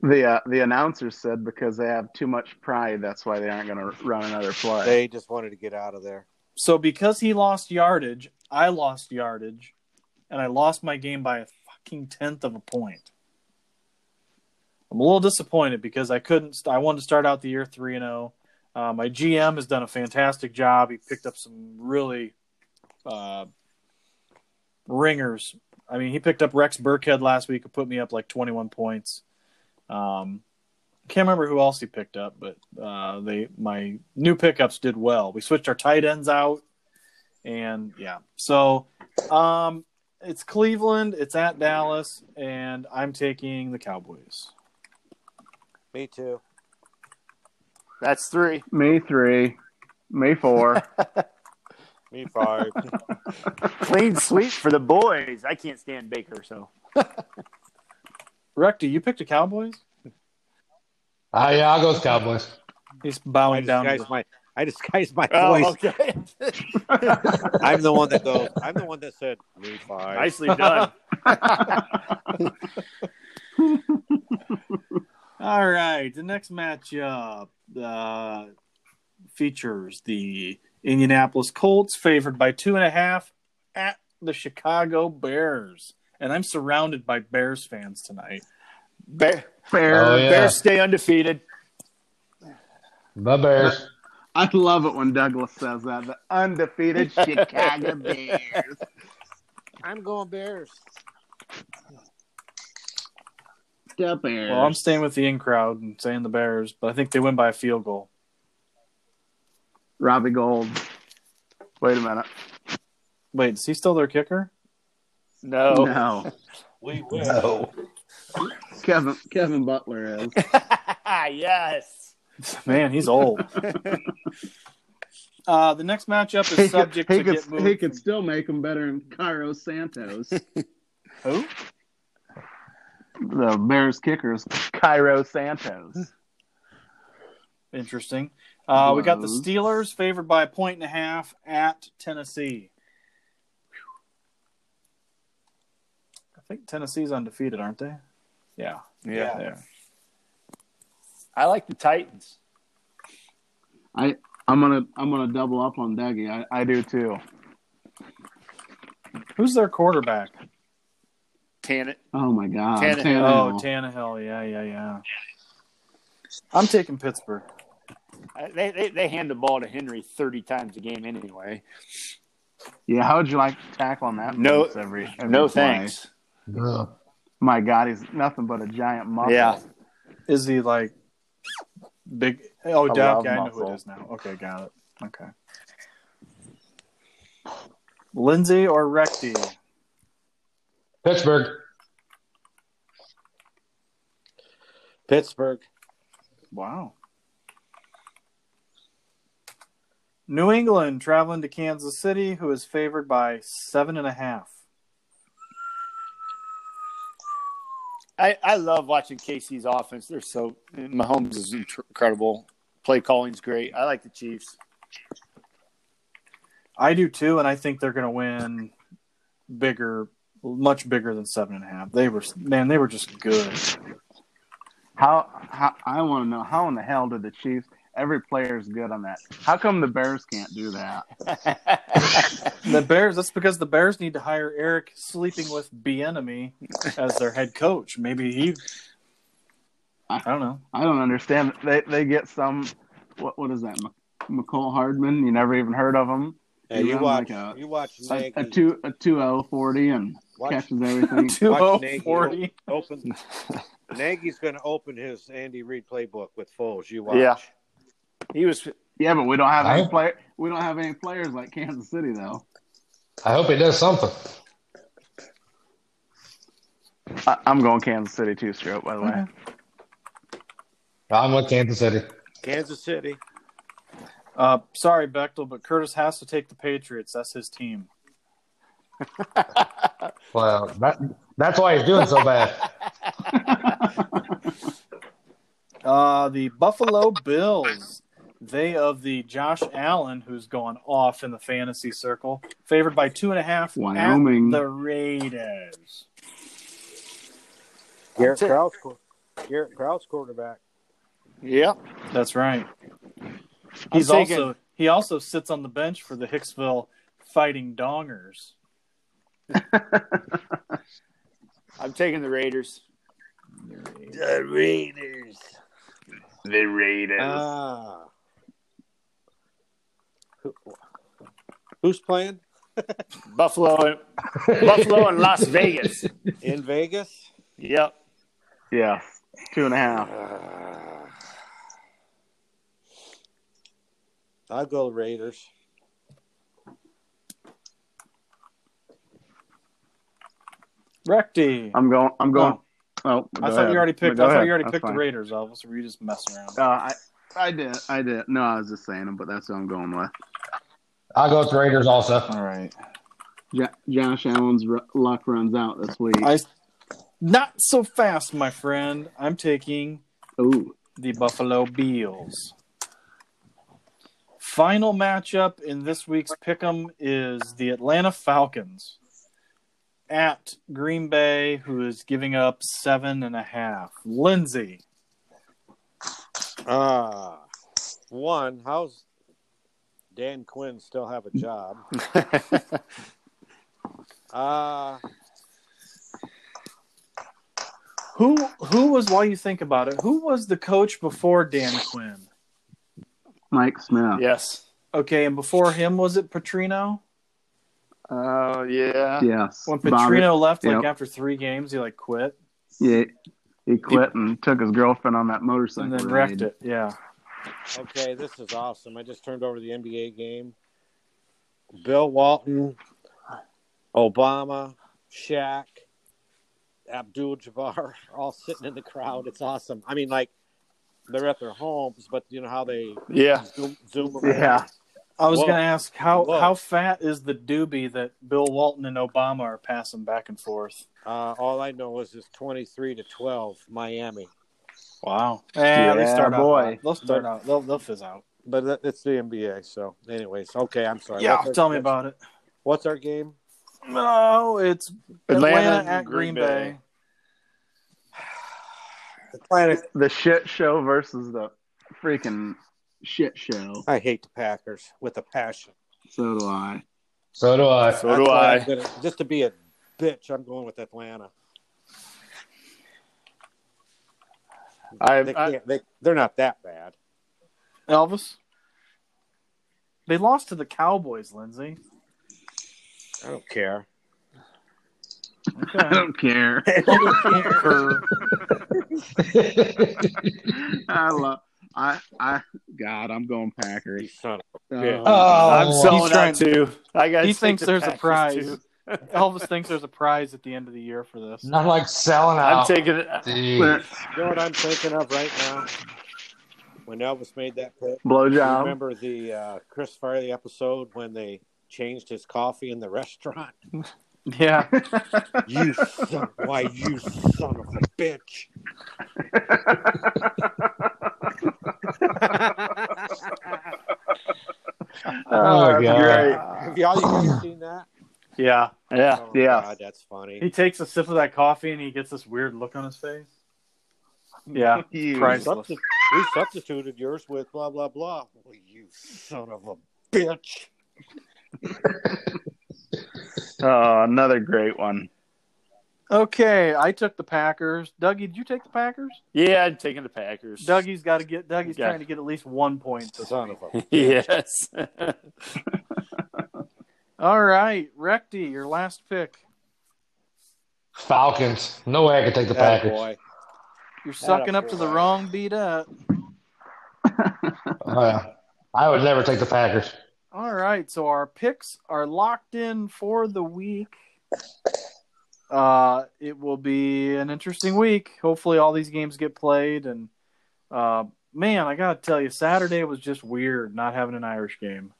D: The uh, the announcer said because they have too much pride, that's why they aren't going to run another play.
E: They just wanted to get out of there.
C: So because he lost yardage, I lost yardage, and I lost my game by a fucking tenth of a point. I'm a little disappointed because I couldn't. St- I wanted to start out the year three and zero. My GM has done a fantastic job. He picked up some really uh, ringers. I mean, he picked up Rex Burkhead last week, who put me up like 21 points. Um, can't remember who else he picked up, but uh, they my new pickups did well. We switched our tight ends out, and yeah, so um, it's Cleveland, it's at Dallas, and I'm taking the Cowboys.
E: Me too.
F: That's three.
D: May three, May four.
E: Me five.
F: Clean sweep for the boys. I can't stand Baker, so
C: Recty, you picked the Cowboys.
G: yeah, I'll go with Cowboys.
C: He's
E: I
C: bowing down. to
E: disguised my I disguised my voice.
F: oh, okay.
E: I'm the one that goes. I'm the one that said me five.
F: Nicely done.
C: the- All right, the next matchup uh, features the Indianapolis Colts, favored by two and a half, at the Chicago Bears. And I'm surrounded by Bears fans tonight.
F: Bear,
D: Fair.
G: Oh, yeah.
F: Bears stay undefeated.
G: The Bears.
D: I love it when Douglas says that. The undefeated Chicago Bears.
E: I'm going Bears.
D: The Bears.
C: Well, I'm staying with the in crowd and saying the Bears, but I think they win by a field goal.
D: Robbie Gold. Wait a minute.
C: Wait, is he still their kicker?
F: No.
D: No,
G: We will.
D: Kevin Kevin Butler is.
F: yes.
C: Man, he's old. uh, the next matchup
D: He
C: is
D: could,
C: subject
D: he
C: to
D: could,
C: get moved.
D: he could
C: from-
D: still make him better than Cairo Santos.
C: Who?
D: the Bears kickers, Cairo Santos.
C: Interesting. Uh, we got the
D: Blows.
C: Steelers favored by a point and a half at Tennessee. I think Tennessee's undefeated, aren't they? Yeah.
F: Yeah.
C: they are.
F: I like the Titans.
D: I I'm gonna I'm gonna double up on Dougie. I, I do too.
C: Who's their quarterback?
F: Tan it.
D: Oh my God,
F: Tannehill.
C: Oh,
D: Tannehill.
C: Tannehill. Yeah, yeah, yeah. I'm taking Pittsburgh.
F: They, they they hand the ball to Henry thirty times a game anyway.
D: yeah, how would you like to tackle on that?
F: No-
D: place every, every
F: No
D: play?
F: thanks.
G: Ugh.
D: My God, he's nothing but a giant muscle.
F: Yeah.
C: Is he like big? Oh,
D: I
C: Doug,
D: love
C: I know who
D: muscle.
C: it is now. Okay, got it. Okay. Lindsay or Recty?
G: Pittsburgh.
E: Pittsburgh.
C: Wow. New England traveling to Kansas City, who is favored by seven and a half.
F: I, I love watching KC's offense. They're so Mahomes is inc- incredible. Play calling's great. I like the Chiefs.
C: I do too, and I think they're going to win bigger, much bigger than seven and a half. They were, man, they were just good.
D: How how I want to know how in the hell did the Chiefs? Every player is good on that. How come the Bears can't do that?
C: The Bears. That's because the Bears need to hire Eric sleeping with Bienemy as their head coach. Maybe he. I don't know.
D: I don't understand. They they get some. What what is that? McCole Hardman. You never even heard of him.
E: Hey,
D: You
E: you
D: run
E: watch.
D: like a-
E: you watch
D: A,
E: Nagy.
D: a two a two zero forty and
E: watch,
D: catches everything.
C: Two oh
E: Nagy.
C: forty.
E: open. Nagy's going to open his Andy Reid playbook with Foles. You watch.
F: Yeah. He was
D: yeah, but we don't have any
G: Huh?
D: player. We don't have any players like Kansas City though.
G: I hope he does something.
D: I, I'm going Kansas City too, Strope. By the way,
G: I'm with Kansas City.
E: Kansas City.
C: Uh, sorry, Bechtel, but Curtis has to take the Patriots. That's his team.
G: Well, that, that's why he's doing so bad.
C: Uh, the Buffalo Bills. They of the Josh Allen, who's gone off in the fantasy circle, favored by two and a half. at
D: Wyoming.
C: the Raiders.
E: Garrett
F: That's it.
E: Krause. qu- Garrett Krause quarterback.
F: Yeah.
C: That's right. He's
F: taking-
C: also he also sits on the bench for the Hicksville Fighting Dongers.
F: I'm taking the Raiders.
E: The Raiders. The Raiders. Ah. Who- Who's playing
F: Buffalo and Buffalo and Las Vegas.
E: in Vegas?
F: Yep.
D: yes, two and a half.
E: I'll go Raiders.
C: Recty.
D: I'm going. I'm going. Oh,
C: I
D: go
C: thought
D: ahead.
C: you already
D: No,
C: picked.
D: go
C: I thought
D: ahead.
C: you already
D: That's
C: picked
D: fine.
C: the Raiders, Elvis. Or were you just messing around?
D: Uh, I, I did. I did. No, I was just saying them, but that's what I'm going with.
G: I'll go with the Raiders also.
C: All right.
D: Jo- Josh Allen's r- luck runs out this week.
C: I not so fast, my friend. I'm taking
D: Ooh,
C: the Buffalo Bills. Final matchup in this week's pick'em is the Atlanta Falcons at Green Bay, who is giving up seven and a half. Lindsay,
E: Ah. One, how's Dan Quinn still have a job? Ah.
C: who who was while you think about it, who was the coach before Dan Quinn?
D: Mike Smith.
F: Yes.
C: Okay, and before him was it Petrino?
F: Oh yeah.
D: Yes.
C: When
D: Bobby-
C: Petrino left, like
D: Yep.
C: after three games, he like quit
D: Yeah, he quit and took his girlfriend on that motorcycle.
C: and then
D: ride.
C: wrecked it. Yeah.
E: Okay, this is awesome. I just turned over the NBA game. Bill Walton, Obama, Shaq, Abdul Jabbar, all sitting in the crowd. It's awesome. I mean, like, they're at their homes, but you know how they
F: Yeah.
E: zoom, zoom around.
D: Yeah.
C: I was
E: Whoa.
C: going to ask how
E: Whoa.
C: how fat is the doobie that Bill Walton and Obama are passing back and forth?
E: Uh, all I know is it's 23 to 12, Miami.
C: Wow.
D: Yeah,
C: Yeah, they Eh, start
D: boy.
C: out. hot. They'll start out. They'll they'll fizz out.
E: But that- it's the NBA. So, anyways, okay, I'm sorry.
C: Yeah,
E: What's our-
C: tell me about it.
E: What's our game?
C: No, it's Atlanta, at Green, Bay.
E: Planet.
D: The shit show versus the freaking shit show.
E: I hate the Packers with a passion.
D: So do I.
G: So do I.
F: So do
E: That's why
F: I.
E: I'm gonna, just to be a bitch, I'm going with Atlanta.
F: I,
E: They
F: I
E: can't, they, they're not that bad.
C: Elvis. They lost to the Cowboys, Lindsay.
E: I don't care.
D: I don't care. I love. I I God, I'm going
E: You
D: Packers.
E: son
D: Oh,
E: Yeah.
G: Oh,
F: I'm selling
C: trying-
F: out too. I got.
C: he thinks there's a prize. Elvis thinks there's a prize at the end of the year for this.
G: I'm like selling
F: I'm
G: out.
F: taking it.
G: Dude.
E: of, you know what I'm thinking of right now? When Elvis made that pick, you
D: blowjob.
E: remember the uh, Chris Farley episode when they changed his coffee in the restaurant?
C: Yeah.
E: You son, why you son of a bitch!
G: Oh,
D: that's
G: God.
E: Have y'all you guys seen that?
F: Yeah. Yeah.
E: Oh,
D: Yeah.
E: God, that's
C: He
E: funny.
C: takes a sip of that coffee and he gets this weird look on his face. Yeah.
D: Huge.
E: We,
C: Price.
E: substi- we substituted yours with blah blah blah. Well, you son of a bitch!
D: Oh, another great one.
C: Okay, I took the Packers. Dougie, did you take the Packers?
F: Yeah. I'm taking the Packers.
C: Dougie's got to get. Dougie's
F: Yeah.
C: trying to get at least one point. This
E: Son of a
F: Yes.
C: All right, Recty, your last pick.
G: Falcons. No way I could take the Packers.
E: boy.
C: You're sucking up to the wrong beat up.
G: Uh, I would never take the Packers.
C: All right, so our picks are locked in for the week. uh, it will be an interesting week. Hopefully, all these games get played. And uh, man, I gotta tell you, Saturday was just weird not having an Irish game.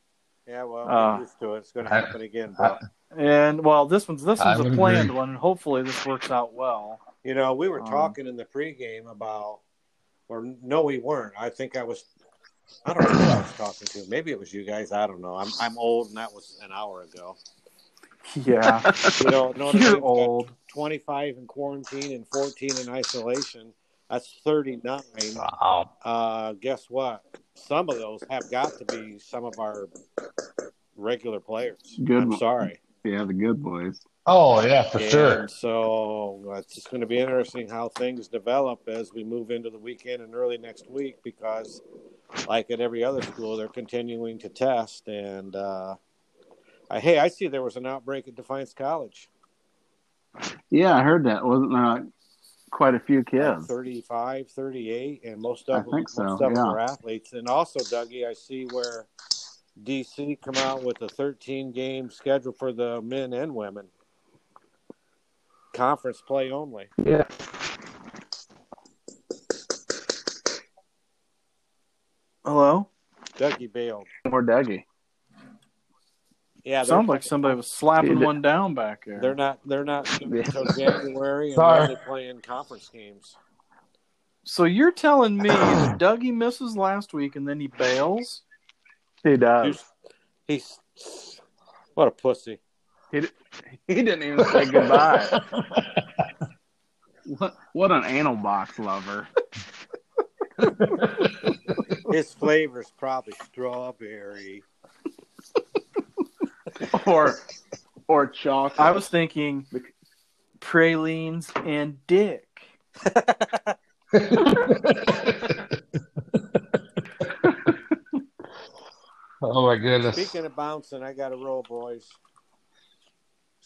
E: Yeah, well,
C: Uh,
E: get used to it. It's going to
G: I-
E: happen again.
G: I-
E: But
C: And well, this one's this
G: I
C: one's
G: would
C: a
G: agree.
C: planned one, and hopefully, this works out well.
E: you know, we were
C: Um,
E: talking in the pregame about, or no, we weren't. I think I was. I don't know who I was talking to. Maybe it was you guys. I don't know. I'm I'm old, and that was an hour ago.
C: Yeah,
E: You know, Notre
C: you're
E: Dame's got
C: old.
E: 25 in quarantine and 14 in isolation. That's 39.
G: Wow.
E: Uh, guess what? Some of those have got to be some of our regular players.
D: Good
E: I'm
D: one.
E: sorry.
D: Yeah, the good boys.
G: Oh yeah, for
E: And
G: sure.
E: So it's just going to be interesting how things develop as we move into the weekend and early next week because, like at every other school, they're continuing to test. And uh, I, hey, I see there was an outbreak at Defiance College.
D: Yeah, I heard that. Wasn't there like, quite a few
E: like
D: kids?
E: 35, 38, and most
D: I
E: of them,
D: think so,
E: most of them
D: yeah.
E: are athletes. And also, Dougie, I see where DC come out with a 13 game schedule for the men and women. Conference play only.
C: Hello.
E: Dougie bailed.
D: More Dougie.
E: Yeah, they're,
C: Sounds like somebody was slapping
D: Dude,
C: one down back there.
E: they're not they're not
D: Yeah.
E: until January, and
G: Sorry.
E: they're only playing conference games.
C: So you're telling me that Dougie misses last week and then he bails?
D: He does.
E: He's what a pussy.
D: He didn't even say goodbye. what, what an anal box lover.
E: His flavor's probably strawberry.
D: Or or chocolate.
C: I was thinking pralines and dick.
G: oh my goodness.
E: Speaking of bouncing, I got to roll, boys.
D: All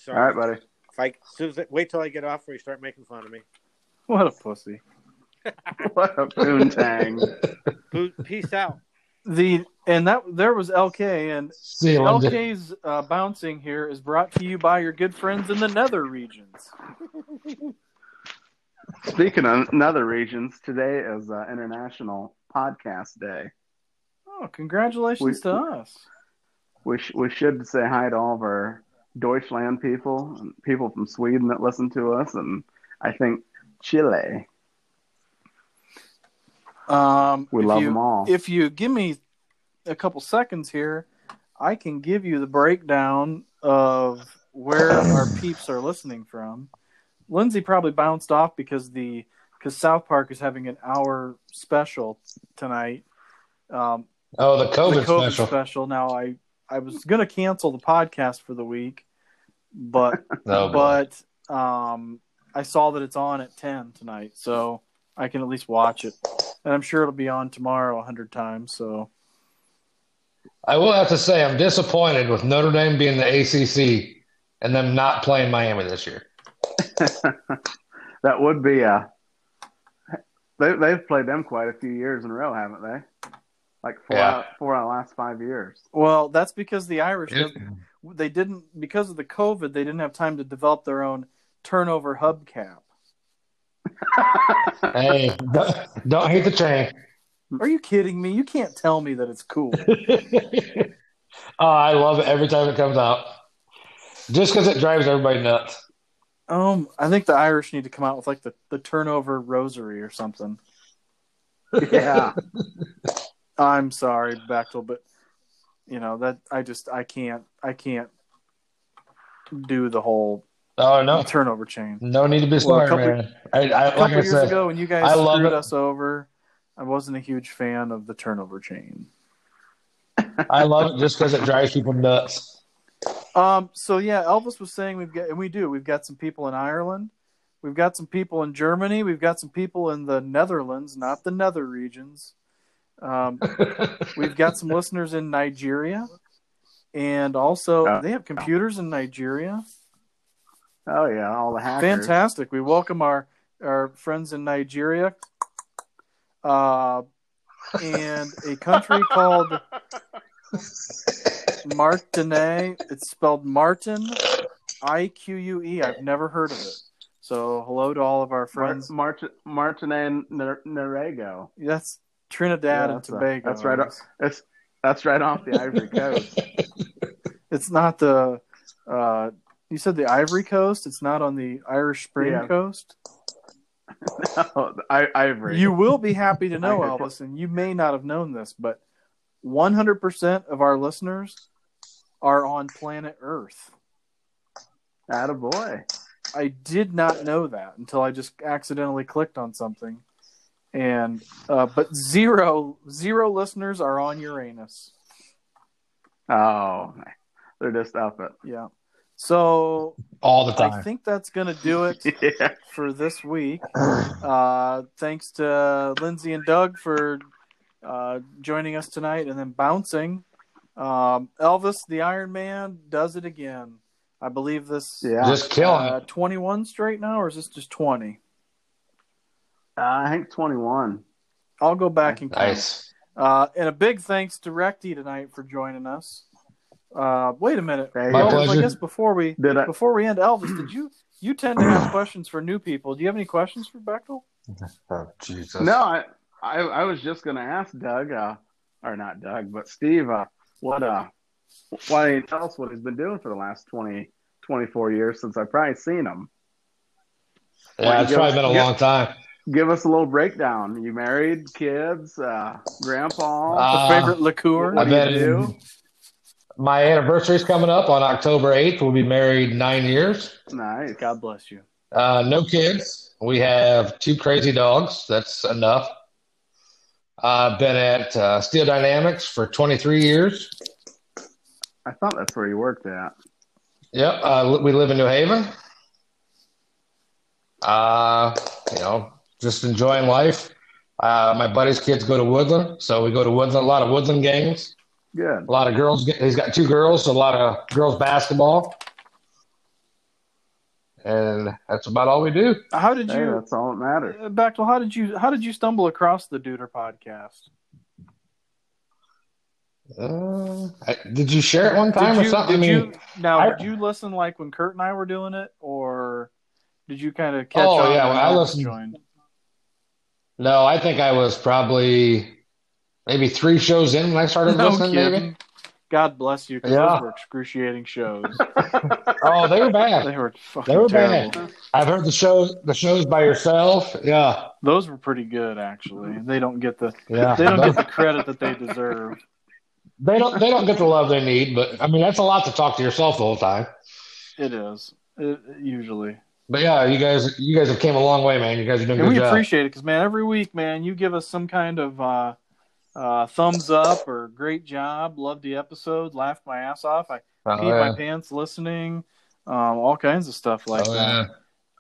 E: Sorry.
D: right, buddy.
E: If I Susan, wait till I get off before you start making fun of me.
C: What a pussy.
D: What a poontang.
E: Boo- Peace out.
C: The and that there was LK and
G: See you, Linda.
C: LK's uh, bouncing here is brought to you by your good friends in the Nether regions.
D: Speaking of another regions, today is uh, International Podcast Day.
C: Oh, congratulations
D: We-
C: to us.
D: We, sh- we should say hi to all of our Deutschland people and people from Sweden that listen to us, and I think Chile.
C: Um,
D: We
C: if
D: love
C: you-
D: them all.
C: If you give me a couple seconds here, I can give you the breakdown of where our peeps are listening from. Lindsay probably bounced off because the because South Park is having an hour special tonight. Um,
G: Oh, the COVID,
C: the COVID
G: special.
C: special. Now I I was gonna cancel the podcast for the week, but
G: Oh, boy.
C: but um, I saw that it's on at 10 tonight, so I can at least watch it. And I'm sure it'll be on tomorrow 100 times, so
G: I will have to say I'm disappointed with Notre Dame being the ACC and them not playing Miami this year.
D: That would be a. They, they've played them quite a few years in a row, haven't they? Like four,
G: Yeah.
D: out, four out of the last five years.
C: well, that's because the Irish
G: It-
C: they didn't because of the COVID, they didn't have time to develop their own turnover hubcap.
G: hey, don't, don't hate the train.
C: Are you kidding me? You can't tell me that it's cool.
G: oh, I love it every time it comes out. Just because it drives everybody nuts.
C: um, I think the Irish need to come out with like the, the turnover rosary or something.
D: yeah.
C: I'm sorry, Bechtel, but you know that I just I can't I can't do the whole
G: Oh no,
C: turnover chain.
G: no need to be
C: Well, a
G: sorry,
C: couple-
G: man. I, I,
C: a couple
G: like I
C: years
G: said,
C: ago when you guys
G: I love
C: screwed
G: it.
C: us over, I wasn't a huge fan of the turnover chain.
G: I love it just because it drives people nuts.
C: Um, so yeah, Elvis was saying we've got and we do we've got some people in Ireland, we've got some people in Germany, we've got some people in the Netherlands, not the Nether regions. Um, we've got some listeners in Nigeria, and also
D: Uh,
C: they have computers in Nigeria.
D: Oh, yeah. All the hackers.
C: Fantastic. We welcome our our friends in Nigeria, uh, and a country called Martinet. It's spelled Martin I Q U E. I've never heard of it. So hello to all of our friends.
D: Mar- Mar- Martin Narego.
C: That's Trinidad and
D: Yeah, that's right.
C: Tobago.
D: That's right.
C: It's,
D: That's that's right off the Ivory Coast.
C: it's not the. Uh, you said the Ivory Coast. It's not on the Irish Spring
D: Yeah.
C: Coast.
D: Oh, the I- Ivory.
C: You will be happy to know,
D: I heard-
C: Elvis, and you may not have known this, but 100% of our listeners are on planet Earth.
D: attaboy.
C: I did not know that until I just accidentally clicked on something. And uh, but zero zero listeners are on Uranus.
D: Oh, they're just up it.
C: Yeah. So
G: all the
C: I
G: time.
C: think that's gonna do it
D: Yeah.
C: for this week. Uh, thanks to Lindsay and Doug for uh, joining us tonight and then bouncing. Um, Elvis the Iron Man does it again. I believe this
D: Yeah.
G: Just killing
C: uh, 21 straight now, or is this just 20?
D: Uh, I think 21.
C: I'll go back and
G: it.
C: count.
G: Nice.
C: Uh, and a big thanks to Recty tonight for joining us. Uh, wait a minute,
D: There you
G: My
D: go.
C: Elvis, I
G: pleasure.
C: guess before we
D: Did I?
C: before we end, Elvis, did you you tend to have questions for new people? Do you have any questions for Bechtel?
G: Oh, Jesus.
D: No, I, I I was just gonna ask Doug, uh, or not Doug, but Steve, uh, what uh, why don't you tell us what he's been doing for the last 20, 24 years since I've probably seen him? Why
G: Yeah, it's
D: you
G: probably
D: go-
G: been a
D: yeah.
G: long time.
D: Give us a little breakdown. You married, kids, uh, grandpa.
G: Uh,
C: A favorite liqueur?
D: what
G: I
D: do
G: bet-
D: you do?
G: My anniversary's coming up on October 8th. We'll be married nine years.
D: Nice.
C: God bless you.
G: Uh, no kids. We have two crazy dogs. That's enough. I've been at uh, Steel Dynamics for 23 years.
D: I thought that's where you worked at.
G: Yep, uh, li- we live in New Haven. Uh, you know, just enjoying life. Uh, my buddy's kids go to Woodland, so we go to Woodland. A lot of Woodland games.
D: Good.
G: A lot of girls. ga- He's got two girls, so a lot of girls basketball. And that's about all we do.
C: How did
D: Hey,
C: you,
D: that's all that matters.
C: uh, Bechtel? How did you how did you stumble across the Duder podcast?
G: Uh, I- did you share it one time
C: Did
G: or
C: you
G: something?
C: did
G: I mean,
C: you now
G: I-
C: did you listen like when Kurt and I were doing it, or did you kind of catch
G: Oh,
C: on?
G: yeah,
C: when
G: well, I
C: Elvis
G: listened.
C: joined?
G: no, I think I was probably maybe three shows in when I started
C: No
G: listening.
C: kidding.
G: Maybe.
C: God bless you, because
G: Yeah.
C: those were excruciating shows.
G: Oh, they were bad.
C: They were fucking
G: They were
C: terrible.
G: bad. I've heard the shows the shows by yourself. Yeah.
C: Those were pretty good, actually. They don't get the
G: Yeah.
C: they don't get the credit that they deserve.
G: they don't they don't get the love they need, but I mean that's a lot to talk to yourself the whole time.
C: It is it, usually,
G: But yeah, you guys you guys have came a long way, man. You guys are doing a
C: and
G: good
C: we
G: job.
C: appreciate it because man, every week, man, you give us some kind of uh, uh, thumbs up or great job, loved the episode, laughed my ass off, I
G: Oh,
C: peed
G: yeah.
C: my pants listening, um, all kinds of stuff like
G: Oh,
C: that.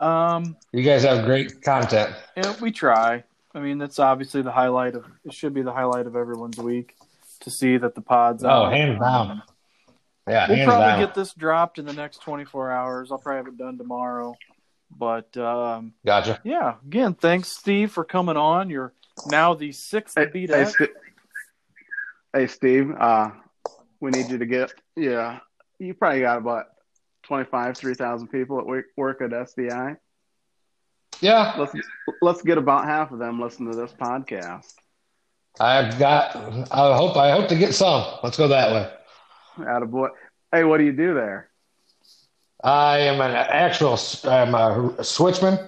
G: yeah.
C: Um,
G: You guys have great content.
C: Yeah, we try. I mean, that's obviously the highlight of it should be the highlight of everyone's week to see that the pod's
G: Oh,
C: out.
G: hands down.
C: Um,
G: Yeah,
C: We'll
G: hands
C: probably
G: down.
C: get this dropped in the next 24 hours. I'll probably have it done tomorrow. But um,
G: Gotcha.
C: yeah, again, thanks Steve for coming on. You're now the sixth
D: Hey,
C: beat
D: hey,
C: up.
D: Ste- hey, Steve, uh, we need you to get, yeah, you probably got about 25, 3,000 people that we- work at SDI.
G: Yeah.
D: Let's, let's get about half of them listen to this podcast.
G: I've got I hope I hope to get some. Let's go that way.
D: Attaboy. Hey, what do you do there?
G: I am an actual I'm a switchman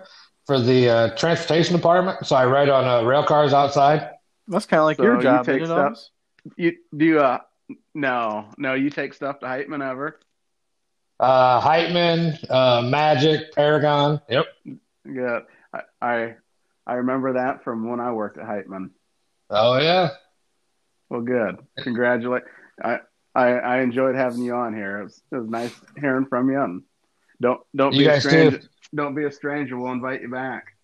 G: for the uh, transportation department, so I ride on uh, rail cars outside.
C: That's kind of like
D: So
C: your
D: you
C: job,
D: take
C: isn't it?
D: steps-
C: Elvis?
D: You do you, uh, no, no, you take stuff to Heitman over.
G: Uh, Heitman, uh, Magic, Paragon. Yep.
D: Yeah, I, I, I remember that from when I worked at Heitman.
G: Oh yeah.
D: Well, good. Congratulate. I, I I enjoyed having you on here. It was, it was nice hearing from you. And don't don't
G: You
D: be a
G: guys
D: stranger.
G: too.
D: Don't be a stranger. We'll invite you back.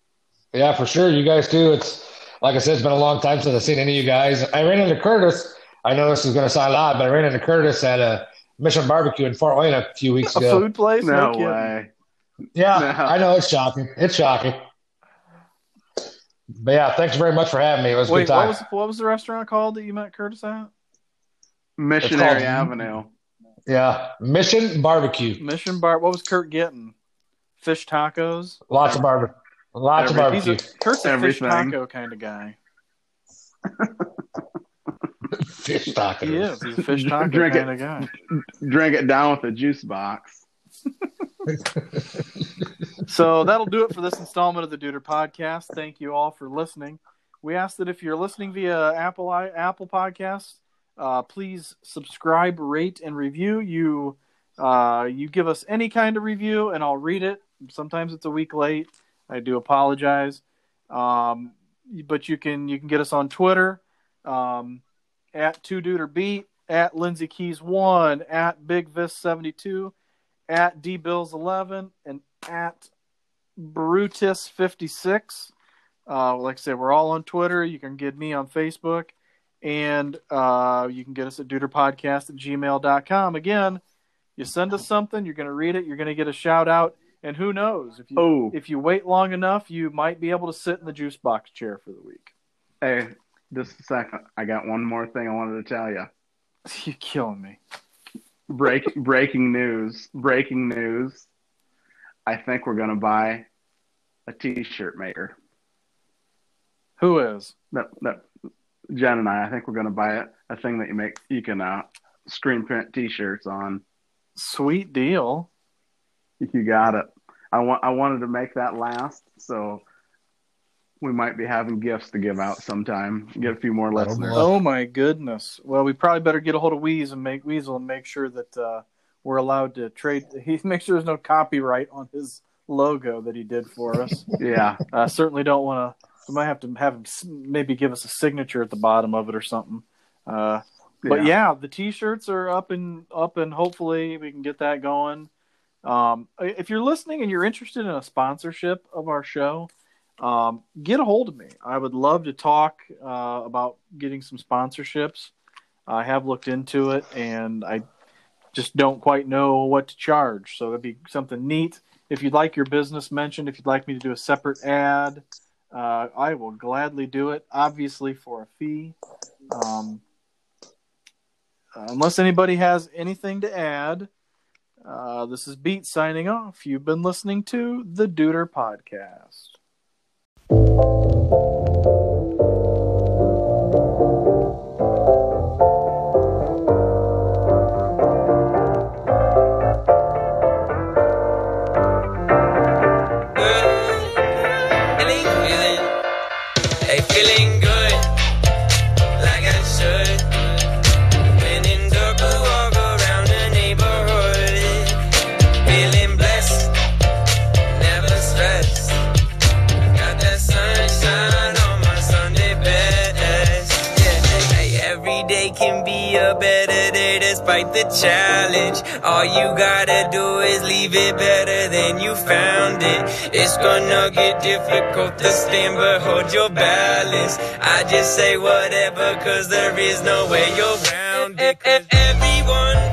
G: Yeah, for sure. You guys too. It's like I said, it's been a long time since I've seen any of you guys. I ran into Curtis. I know this is going to sound odd, but I ran into Curtis at a Mission Barbecue in Fort Wayne a few weeks
C: A
G: ago.
C: food place?
D: No,
C: kidding.
D: way.
G: Yeah,
D: No.
G: I know it's shocking. It's shocking. But yeah, thanks very much for having me. It was a
C: Wait,
G: good time.
C: what was what was the restaurant called that you met Curtis at?
D: Missionary
G: It's called-
D: Avenue.
H: Yeah, Mission Barbecue.
C: Mission Bar. What was Kurt getting? Fish tacos.
H: Lots of barbecue. Lots of
D: Every-
C: He's
H: barbecue.
C: a, Kurt's a fish
D: Everything.
C: taco kind of guy.
H: Fish tacos.
C: He is. He's a fish taco
D: Drink
C: kind
D: it.
C: of guy.
D: Drink it down with a juice box.
C: So that'll do it for this installment of the Duder Podcast. Thank you all for listening. We ask that if you're listening via Apple i- Apple Podcasts, uh, please subscribe, rate, and review. You uh, you give us any kind of review, and I'll read it. Sometimes it's a week late. I do apologize, um, but you can you can get us on Twitter um, at Two Duder Beat, at Lindsey Keys One, at Big Vis Seventy Two, at D Bills Eleven, and at Brutus fifty six. Uh, like I said, we're all on Twitter. You can get me on Facebook, and uh, you can get us at duderpodcast at gmail.com. Again, you send us something, you're going to read it, you're going to get a shout out, and who knows if you
D: Oh,
C: if you wait long enough, you might be able to sit in the juice box chair for the week.
D: hey, just a second. I got one more thing I wanted to tell you.
C: You're killing me.
D: Break breaking news. Breaking news. I think we're gonna buy a T-shirt maker.
C: Who is?
D: That that Jen and I. I think we're gonna buy a, a thing that you make. You can uh, screen print T-shirts on.
C: Sweet deal.
D: You got it. I want. I wanted to make that last, so we might be having gifts to give out sometime. Get a few more listeners.
H: boy.
C: Oh my goodness. Well, we probably better get a hold of Weeze and make Weasel and make sure that uh, we're allowed to trade. He make sure there's no copyright on his logo that he did for us.
D: Yeah,
C: I certainly don't want to. We might have to have him s- maybe give us a signature at the bottom of it or something. Uh, but yeah. the t-shirts are up and up and hopefully we can get that going um, if you're listening and you're interested in a sponsorship of our show um, get a hold of me i would love to talk uh, about getting some sponsorships i have looked into it and i just don't quite know what to charge so it'd be something neat if you'd like your business mentioned if you'd like me to do a separate ad uh, i will gladly do it obviously for a fee um, uh, unless anybody has anything to add, uh, this is Beat signing off. You've been listening to the Duder Podcast.
G: feeling, feeling, hey, feeling good, like I should. When in Durban, walk around the neighborhood, feeling blessed, never stressed. Got that sunshine on my Sunday best. Yeah, hey, every day can be a better day despite the challenge. All you gotta do is leave it better than you found it. It's gonna get difficult to stand, but hold your balance. I just say whatever, cause there is no way you're round it. 'Cause everyone Uh-huh.